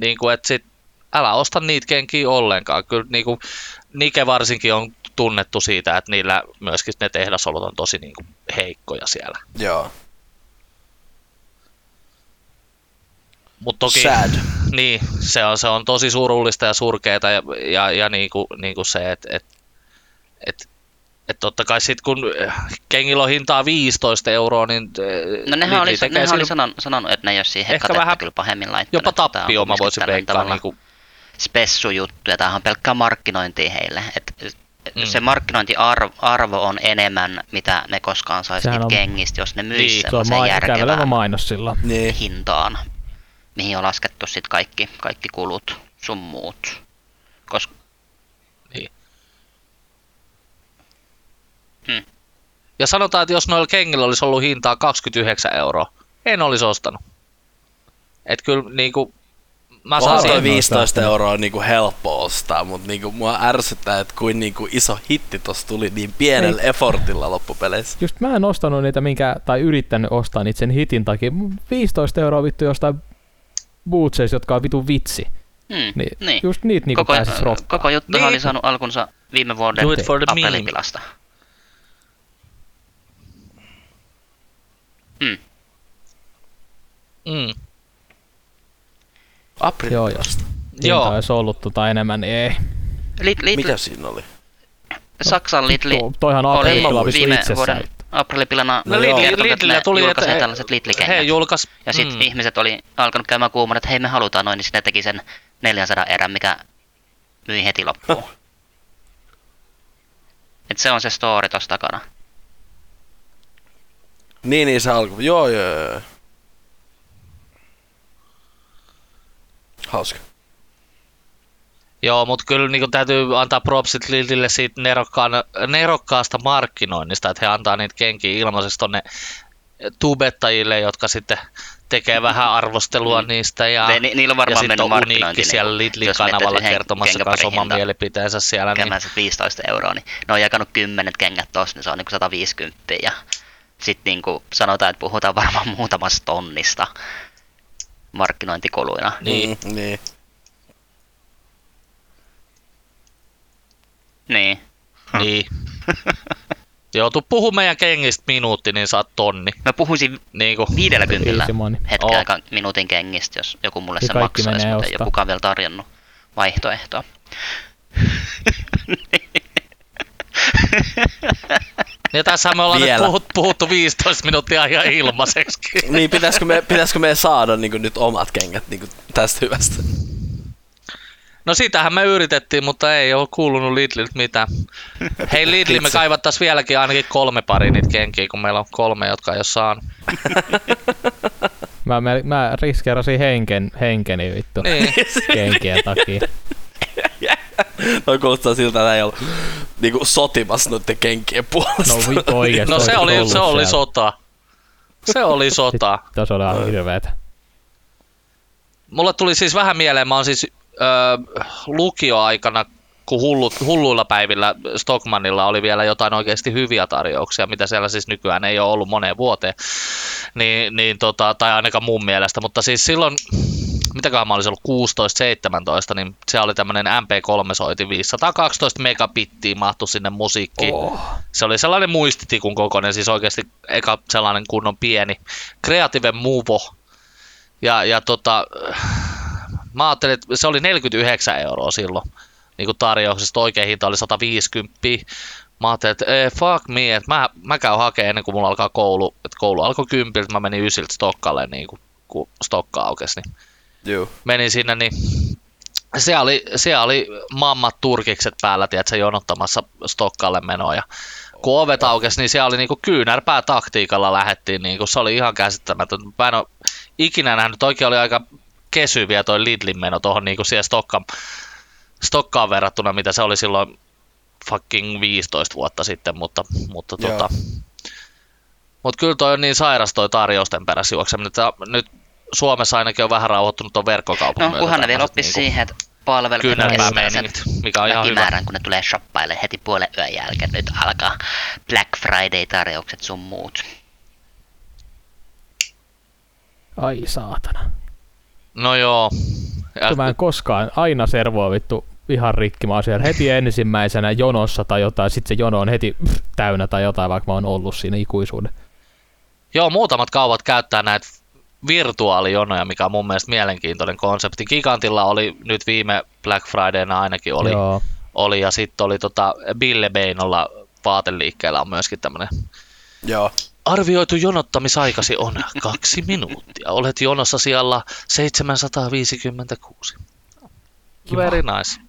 Speaker 2: niin kuin, että sit, älä osta niitä kenkiä ollenkaan. Kyllä niin kuin, Nike varsinkin on tunnettu siitä, että niillä myöskin ne tehdasolot on tosi niin kuin, heikkoja siellä.
Speaker 4: Joo.
Speaker 2: Mut toki,
Speaker 4: Sad.
Speaker 2: Niin, se on, se on tosi surullista ja surkeeta ja, ja, ja niin kuin, niin kuin se, että et, et, et totta kai sitten kun äh, kengillä on hintaa 15 euroa, niin äh,
Speaker 3: No nehän
Speaker 2: Lidl
Speaker 3: oli,
Speaker 2: tekee
Speaker 3: nehän oli
Speaker 2: sille
Speaker 3: sanon, sanonut, että ne ei ole siihen
Speaker 2: Ehkä
Speaker 3: katetta
Speaker 2: vähän-
Speaker 3: kyllä pahemmin laittanut.
Speaker 2: jopa
Speaker 3: että tää on niinku
Speaker 2: tappio, mä
Speaker 3: kumminkin
Speaker 2: voisin
Speaker 3: tällainen
Speaker 2: veikkaa.
Speaker 3: tavallaan
Speaker 2: Niin kuin,
Speaker 3: spessujuttuja, tämähän on pelkkää markkinointia heille. Et
Speaker 2: Mm.
Speaker 3: mm. Se markkinointiarvo on enemmän, mitä ne koskaan saisi
Speaker 1: Sehän
Speaker 3: niitä
Speaker 1: on-
Speaker 3: kengistä, jos ne
Speaker 2: Niin,
Speaker 3: myisi
Speaker 1: Se on
Speaker 3: semmoisen
Speaker 1: ma- kävelevä
Speaker 3: järkevään
Speaker 1: mainos sillä.
Speaker 4: Niin.
Speaker 3: hintaan, mihin on laskettu sit kaikki, kaikki kulut sun muut. Koska
Speaker 2: ja sanotaan, että jos noilla kengillä olisi ollut hintaa 29 euroa, en olisi ostanut. Et kyllä niin kuin, mä saan
Speaker 4: Onhan toi
Speaker 2: siihen,
Speaker 1: vi-
Speaker 4: 15
Speaker 1: noista.
Speaker 4: euroa on niinku helppo ostaa, mutta niinku mua ärsyttää, että kuin niinku iso hitti tossa tuli niin pienellä effortilla loppupeleissä.
Speaker 1: Just mä en ostanut niitä minkä, tai yrittänyt ostaa niitä sen hitin takia. Mun 15 euroa vittu jostain bootseissa, jotka on vitu vitsi.
Speaker 3: hmm,
Speaker 1: Niin,
Speaker 3: niin.
Speaker 1: Just niitä niinku
Speaker 3: koko,
Speaker 1: pääsis rokkaan.
Speaker 3: koko juttu
Speaker 2: Niin.
Speaker 3: niin. oli saanut alkunsa viime vuoden
Speaker 2: Do it for the meme.
Speaker 3: appelitilasta. Hmm.
Speaker 2: mm,
Speaker 4: April.
Speaker 1: Joo, joo. Hinta
Speaker 2: Joo.
Speaker 1: olisi ollut tota enemmän, niin ei.
Speaker 3: Lidl, Lidl,
Speaker 4: Mikä siinä oli?
Speaker 3: Saksan Lidli
Speaker 1: No, Tuo, toihan
Speaker 3: oli
Speaker 1: Apple pelaa vittu
Speaker 3: viime
Speaker 1: itsessään.
Speaker 3: vuoden aprillipilana
Speaker 2: No
Speaker 3: no
Speaker 2: Lidl-
Speaker 3: kertoi, että
Speaker 2: Lidlillä
Speaker 3: ne
Speaker 2: tuli,
Speaker 3: tuli,
Speaker 2: että
Speaker 3: julkaisee
Speaker 2: he-
Speaker 3: että tällaiset
Speaker 2: He
Speaker 3: Lidl-kengät.
Speaker 2: julkaisi.
Speaker 3: Ja sitten mm. ihmiset oli alkanut käymään kuumana, että hei me halutaan noin, niin sitten ne teki sen 400 erän, mikä myi heti loppuun. Et se on se story tossa takana.
Speaker 2: No
Speaker 4: Niin, niin se alkoi. Joo, joo, joo. Hauska.
Speaker 2: Joo, mutta kyllä niin täytyy antaa propsit Lidlille siitä nerokkaan, nerokkaasta markkinoinnista, että he antaa niitä kenkiä ilmaisesti tonne tubettajille, jotka sitten tekee vähän arvostelua niistä ja,
Speaker 3: Mm. Ne- ni- niillä on varmaan
Speaker 2: ja sitten
Speaker 3: mennyt
Speaker 2: on uniikki
Speaker 3: markkinointi,
Speaker 2: siellä
Speaker 3: niin
Speaker 2: Lidlin
Speaker 3: jos miettii
Speaker 2: kanavalla
Speaker 3: sen
Speaker 2: kertomassa
Speaker 3: kengän
Speaker 2: kanssa oman
Speaker 3: hintaa.
Speaker 2: mielipiteensä siellä. Niin,
Speaker 3: käymään se 15 euroa, niin ne on jakanut kymmenet kengät tossa, niin se on niinku 150 ja sit niinku sanotaan, että puhutaan varmaan muutamasta tonnista markkinointikuluina.
Speaker 2: niin,
Speaker 4: Mm, niin.
Speaker 3: Niin.
Speaker 2: niin. Joutu puhu meidän kengistä minuutti, niin saat tonni.
Speaker 3: Mä puhuisin
Speaker 2: Niin kuin,
Speaker 3: 50
Speaker 1: Easy money.
Speaker 3: hetken
Speaker 2: Oo.
Speaker 3: aikaa minuutin kengistä, jos joku mulle
Speaker 1: Ja
Speaker 3: sen
Speaker 1: kaikki
Speaker 3: maksaisi,
Speaker 1: menee
Speaker 3: mutta ei
Speaker 1: ostaa.
Speaker 3: ole kukaan vielä tarjonnut vaihtoehtoa.
Speaker 2: ja tässä me ollaan nyt
Speaker 4: Vielä.
Speaker 2: puhut, puhuttu 15 minuuttia ihan ilmaiseksi.
Speaker 4: Niin, pitäisikö me, pitäisikö me saada niin nyt omat kengät niin tästä hyvästä?
Speaker 2: No sitähän me yritettiin, mutta ei ole kuulunut Lidliltä mitään. Hei Lidli, me
Speaker 4: Itse.
Speaker 2: kaivattaisiin vieläkin ainakin kolme pari niitä kenkiä, kun meillä on kolme, jotka ei ole saanut.
Speaker 1: Mä, mä, mä riskeerasin henken, henkeni vittu
Speaker 2: Niin.
Speaker 1: kenkien takia.
Speaker 4: Toi kuulostaa siltä, että ei ollut niin kuin sotimassa noiden kenkien
Speaker 1: No
Speaker 4: puolesta.
Speaker 1: vi- oikeesti.
Speaker 2: No se
Speaker 1: oisit
Speaker 2: oli,
Speaker 1: ollut
Speaker 2: se oli
Speaker 1: siellä.
Speaker 2: sota. Se oli sota.
Speaker 1: Sit- Tos oli ihan hirveetä.
Speaker 2: Mulle tuli siis vähän mieleen, mä oon siis öö, lukioaikana, kun hullut, hulluilla päivillä Stockmanilla oli vielä jotain oikeasti hyviä tarjouksia, mitä siellä siis nykyään ei ole ollut moneen vuoteen, niin, niin tota, tai ainakaan mun mielestä, mutta siis silloin, mitäköhän mä olisin ollut, 16-17, niin se oli tämmöinen MP3-soitin 512 megabittiä mahtui sinne musiikki. Oh. Se oli sellainen muistitikun kokoinen, siis oikeasti eka sellainen kunnon pieni Creative Movo, ja, ja tota, mä ajattelin, että se oli 49 euroa silloin niin kuin tarjouksesta. Oikea hinta oli 150. Mä ajattelin, että eh, fuck me, että mä, mä käyn hakemaan ennen kuin mulla alkaa koulu. Et koulu alkoi kympiltä, mä menin ysiltä Stokkalle, niin kuin, kun Stokka aukesi. Niin
Speaker 4: Joo.
Speaker 2: menin sinne, niin siellä oli, siellä oli mammat turkikset päällä, tiedätkö, jonottamassa Stokkalle menoa. Ja kun ovet aukesi, niin siellä oli niinku kyynärpää taktiikalla lähettiin. Niinku, se oli ihan käsittämätön. Mä en ole ikinä nähnyt, oikein oli aika kesyviä toi Lidlin meno tuohon niinku siellä Stokkan, Stokkaan verrattuna, mitä se oli silloin fucking 15 vuotta sitten, mutta, mutta
Speaker 4: Joo.
Speaker 2: tota, mutta kyllä toi on niin sairas toi tarjousten perässä juokseminen. että Nyt Suomessa ainakin on vähän rauhoittunut tuon verkkokaupan
Speaker 3: No, kunhan ne vielä
Speaker 2: tämmöset
Speaker 3: oppisi
Speaker 2: niinku
Speaker 3: siihen, että palvelut
Speaker 2: kyynärpää
Speaker 3: kestää sen
Speaker 2: meiningit, mikä on ihan hyvä.
Speaker 3: väkimäärän, kun ne tulee shoppaille heti puolen yön jälkeen. Nyt alkaa Black Friday-tarjoukset sun muut.
Speaker 1: Ai saatana.
Speaker 2: No joo. Ja,
Speaker 1: Vittu, Mä en koskaan aina servoa vittu ihan rikki. Mä oon siellä heti ensimmäisenä jonossa tai jotain, sit se jono on heti pff, täynnä tai jotain, vaikka mä oon ollut siinä ikuisuuden.
Speaker 2: joo, muutamat kaupat käyttää näitä virtuaalijonoja, mikä on mun mielestä mielenkiintoinen konsepti. Gigantilla oli nyt viime Black Fridayna ainakin oli,
Speaker 1: Joo.
Speaker 2: oli ja sitten oli tota Bille Beinolla vaateliikkeellä on myöskin tämmönen
Speaker 4: Joo.
Speaker 2: Arvioitu jonottamisaikasi on kaksi minuuttia. Olet jonossa siellä 756.
Speaker 1: Kiva.
Speaker 2: Very nice.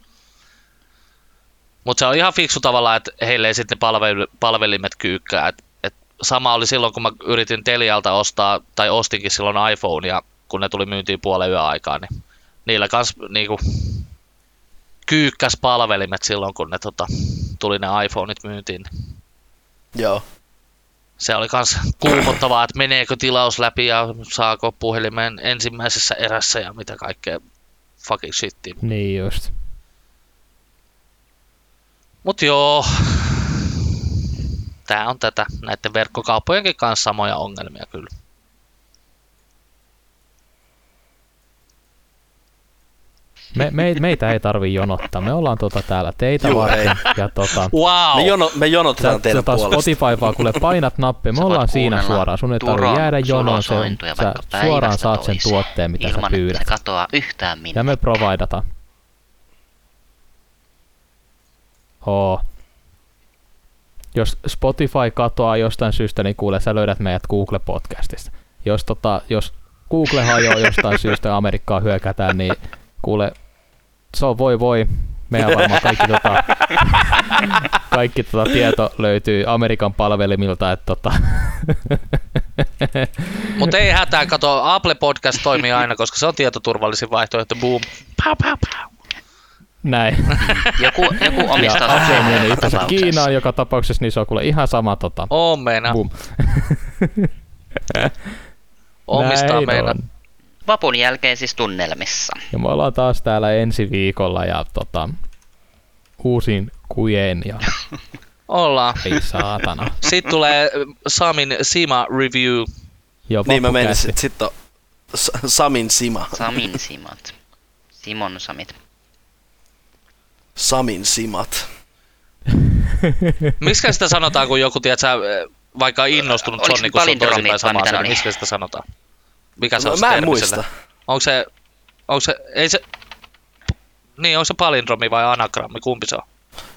Speaker 2: Mutta se on ihan fiksu tavalla, että heille ei sitten ne palvel- palvelimet kyykkää. Et, et sama oli silloin, kun mä yritin Telialta ostaa, tai ostinkin silloin iPhone, ja kun ne tuli myyntiin puolen yön aikaa, niin niillä kans niinku, kyykkäs palvelimet silloin, kun ne tota, tuli ne iPhoneit myyntiin.
Speaker 4: Joo.
Speaker 2: Se oli kans kuumottavaa, että meneekö tilaus läpi ja saako puhelimen ensimmäisessä erässä ja mitä kaikkea fucking shittiä.
Speaker 1: Niin just.
Speaker 2: Mut joo, tää on tätä näiden verkkokauppojenkin kanssa samoja ongelmia kyllä.
Speaker 1: Me, me, meitä ei tarvii jonottaa. Me ollaan tota täällä teitä
Speaker 4: Juu,
Speaker 1: varten. Ja tota,
Speaker 2: Wow!
Speaker 4: Me, jono, me jonotetaan
Speaker 1: sä, sä
Speaker 4: teidän
Speaker 1: taas
Speaker 4: puolesta.
Speaker 1: Spotify vaan kuule painat nappia. Me
Speaker 3: Sä voit
Speaker 1: ollaan siinä
Speaker 3: kuunnella
Speaker 1: suoraan. Sun ei
Speaker 3: Turon
Speaker 1: tarvitse jäädä jonoon. Se, on-
Speaker 3: solosointuja
Speaker 1: sä
Speaker 3: vaikka
Speaker 1: suoraan
Speaker 3: päivästä
Speaker 1: saat sen
Speaker 3: toiseen,
Speaker 1: tuotteen, mitä sä
Speaker 3: ilman, että
Speaker 1: pyydät.
Speaker 3: se katoaa yhtään
Speaker 1: Ja
Speaker 3: minnekään.
Speaker 1: me providataan. Hoo. Jos Spotify katoaa jostain syystä, niin kuule, sä löydät meidät Google-podcastista. Jos, tota, jos Google hajoaa jostain syystä ja Amerikkaa hyökätään, niin kuule, se on voi voi. Meidän varmaan kaikki, tota, kaikki tota tieto löytyy Amerikan palvelimilta. Että tota.
Speaker 2: Mutta ei hätää, kato, Apple Podcast toimii aina, koska se on tietoturvallisin vaihtoehto. Boom. Pow, pow, pow.
Speaker 1: Näin.
Speaker 3: Joku, joku omistaa
Speaker 1: ja Apple meni
Speaker 3: joka
Speaker 1: itse
Speaker 3: tapauksessa.
Speaker 1: Kiinaan joka tapauksessa, niin se on kuule ihan sama tota,
Speaker 2: Omena.
Speaker 1: boom.
Speaker 2: Omistaa
Speaker 1: Näin
Speaker 2: meidän.
Speaker 1: on.
Speaker 3: Vapun jälkeen siis tunnelmissa.
Speaker 1: Ja me ollaan taas täällä ensi viikolla ja tota, uusin kujeen ja
Speaker 2: Ollaan.
Speaker 1: ei saatana.
Speaker 2: Sitten tulee Samin Sima Review.
Speaker 1: Jo
Speaker 4: Niin mä menin,
Speaker 1: vappukästi.
Speaker 4: sit, sit on S- Samin Sima.
Speaker 3: Samin simat. Simon samit.
Speaker 4: Samin Simat.
Speaker 2: Miksi sitä sanotaan, kun joku, tiedät sä, eh, vaikka innostunut
Speaker 3: Oliko
Speaker 2: Sonni, kun se on
Speaker 3: palindromi
Speaker 2: toisinpäin
Speaker 3: vai
Speaker 2: sama
Speaker 3: mitä ne
Speaker 2: asia,
Speaker 3: oli?
Speaker 2: niin miksi sitä sanotaan? Mikä se
Speaker 4: No,
Speaker 2: on se
Speaker 4: mä en
Speaker 2: termi
Speaker 4: muista.
Speaker 2: sille? Onko se, onko se, ei se, niin, onko se palindromi vai anagrammi, kumpi se on?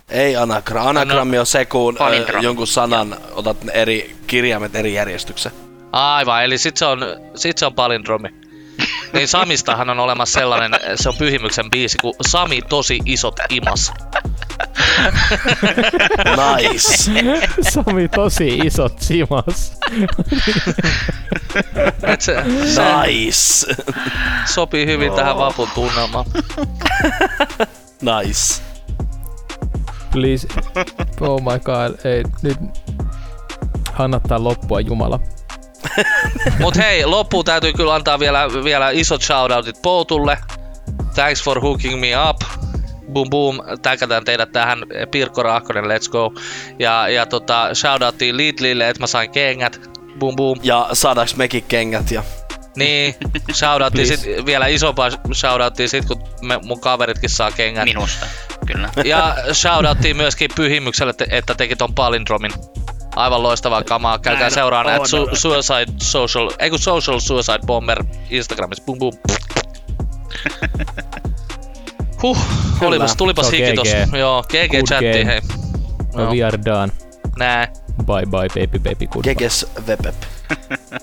Speaker 4: Ei anagrammi. Anagrammi on se, kun ö,
Speaker 3: Palindromi.
Speaker 4: jonkun sanan otat ne eri kirjaimet eri järjestyksen.
Speaker 2: Aivan, eli sit se on, sit se on palindromi. Niin Samistahan on olemassa sellainen, se on pyhimyksen biisi, kun Sami tosi isot imas.
Speaker 4: Nice.
Speaker 1: Sami tosi isot simas.
Speaker 2: Et se, se
Speaker 4: nice.
Speaker 2: sopii hyvin tähän vapun tunnelmaan.
Speaker 4: nice.
Speaker 1: Please. Oh my god. Ei, nyt anna tää loppua Jumala.
Speaker 2: Mut hei, loppuun täytyy kyllä antaa vielä, vielä isot shoutoutit Poutulle. Thanks for hooking me up. Boom boom, täkätään teidät tähän. Pirkko Raakkonen, let's go. Ja, ja tota, shoutouttiin Lidlille, että mä sain kengät. Boom boom.
Speaker 4: Ja saadaanko mekin kengät ja...
Speaker 2: Niin, shoutoutti
Speaker 1: Please.
Speaker 2: sit, vielä isompaa shoutoutti sit, kun me, mun kaveritkin saa kengät.
Speaker 3: Minusta, kyllä.
Speaker 2: Ja shoutouttiin myöskin Pyhimykselle, te, että teki ton palindromin. Aivan loistavaa kamaa. Käykää
Speaker 3: Näin
Speaker 2: seuraan
Speaker 3: on.
Speaker 2: näitä su- Suicide Social, ei kun Social Suicide Bomber Instagramissa. Bum bum. Huh, olipas, tulipas
Speaker 1: Se on
Speaker 2: hiki
Speaker 1: GG.
Speaker 2: tossa. Joo,
Speaker 1: Good
Speaker 2: GG chatti,
Speaker 1: game.
Speaker 2: hei.
Speaker 1: No.
Speaker 2: Joo,
Speaker 1: We are done.
Speaker 2: näin.
Speaker 1: Bye bye baby baby goodbye.
Speaker 4: Kekes Vepep.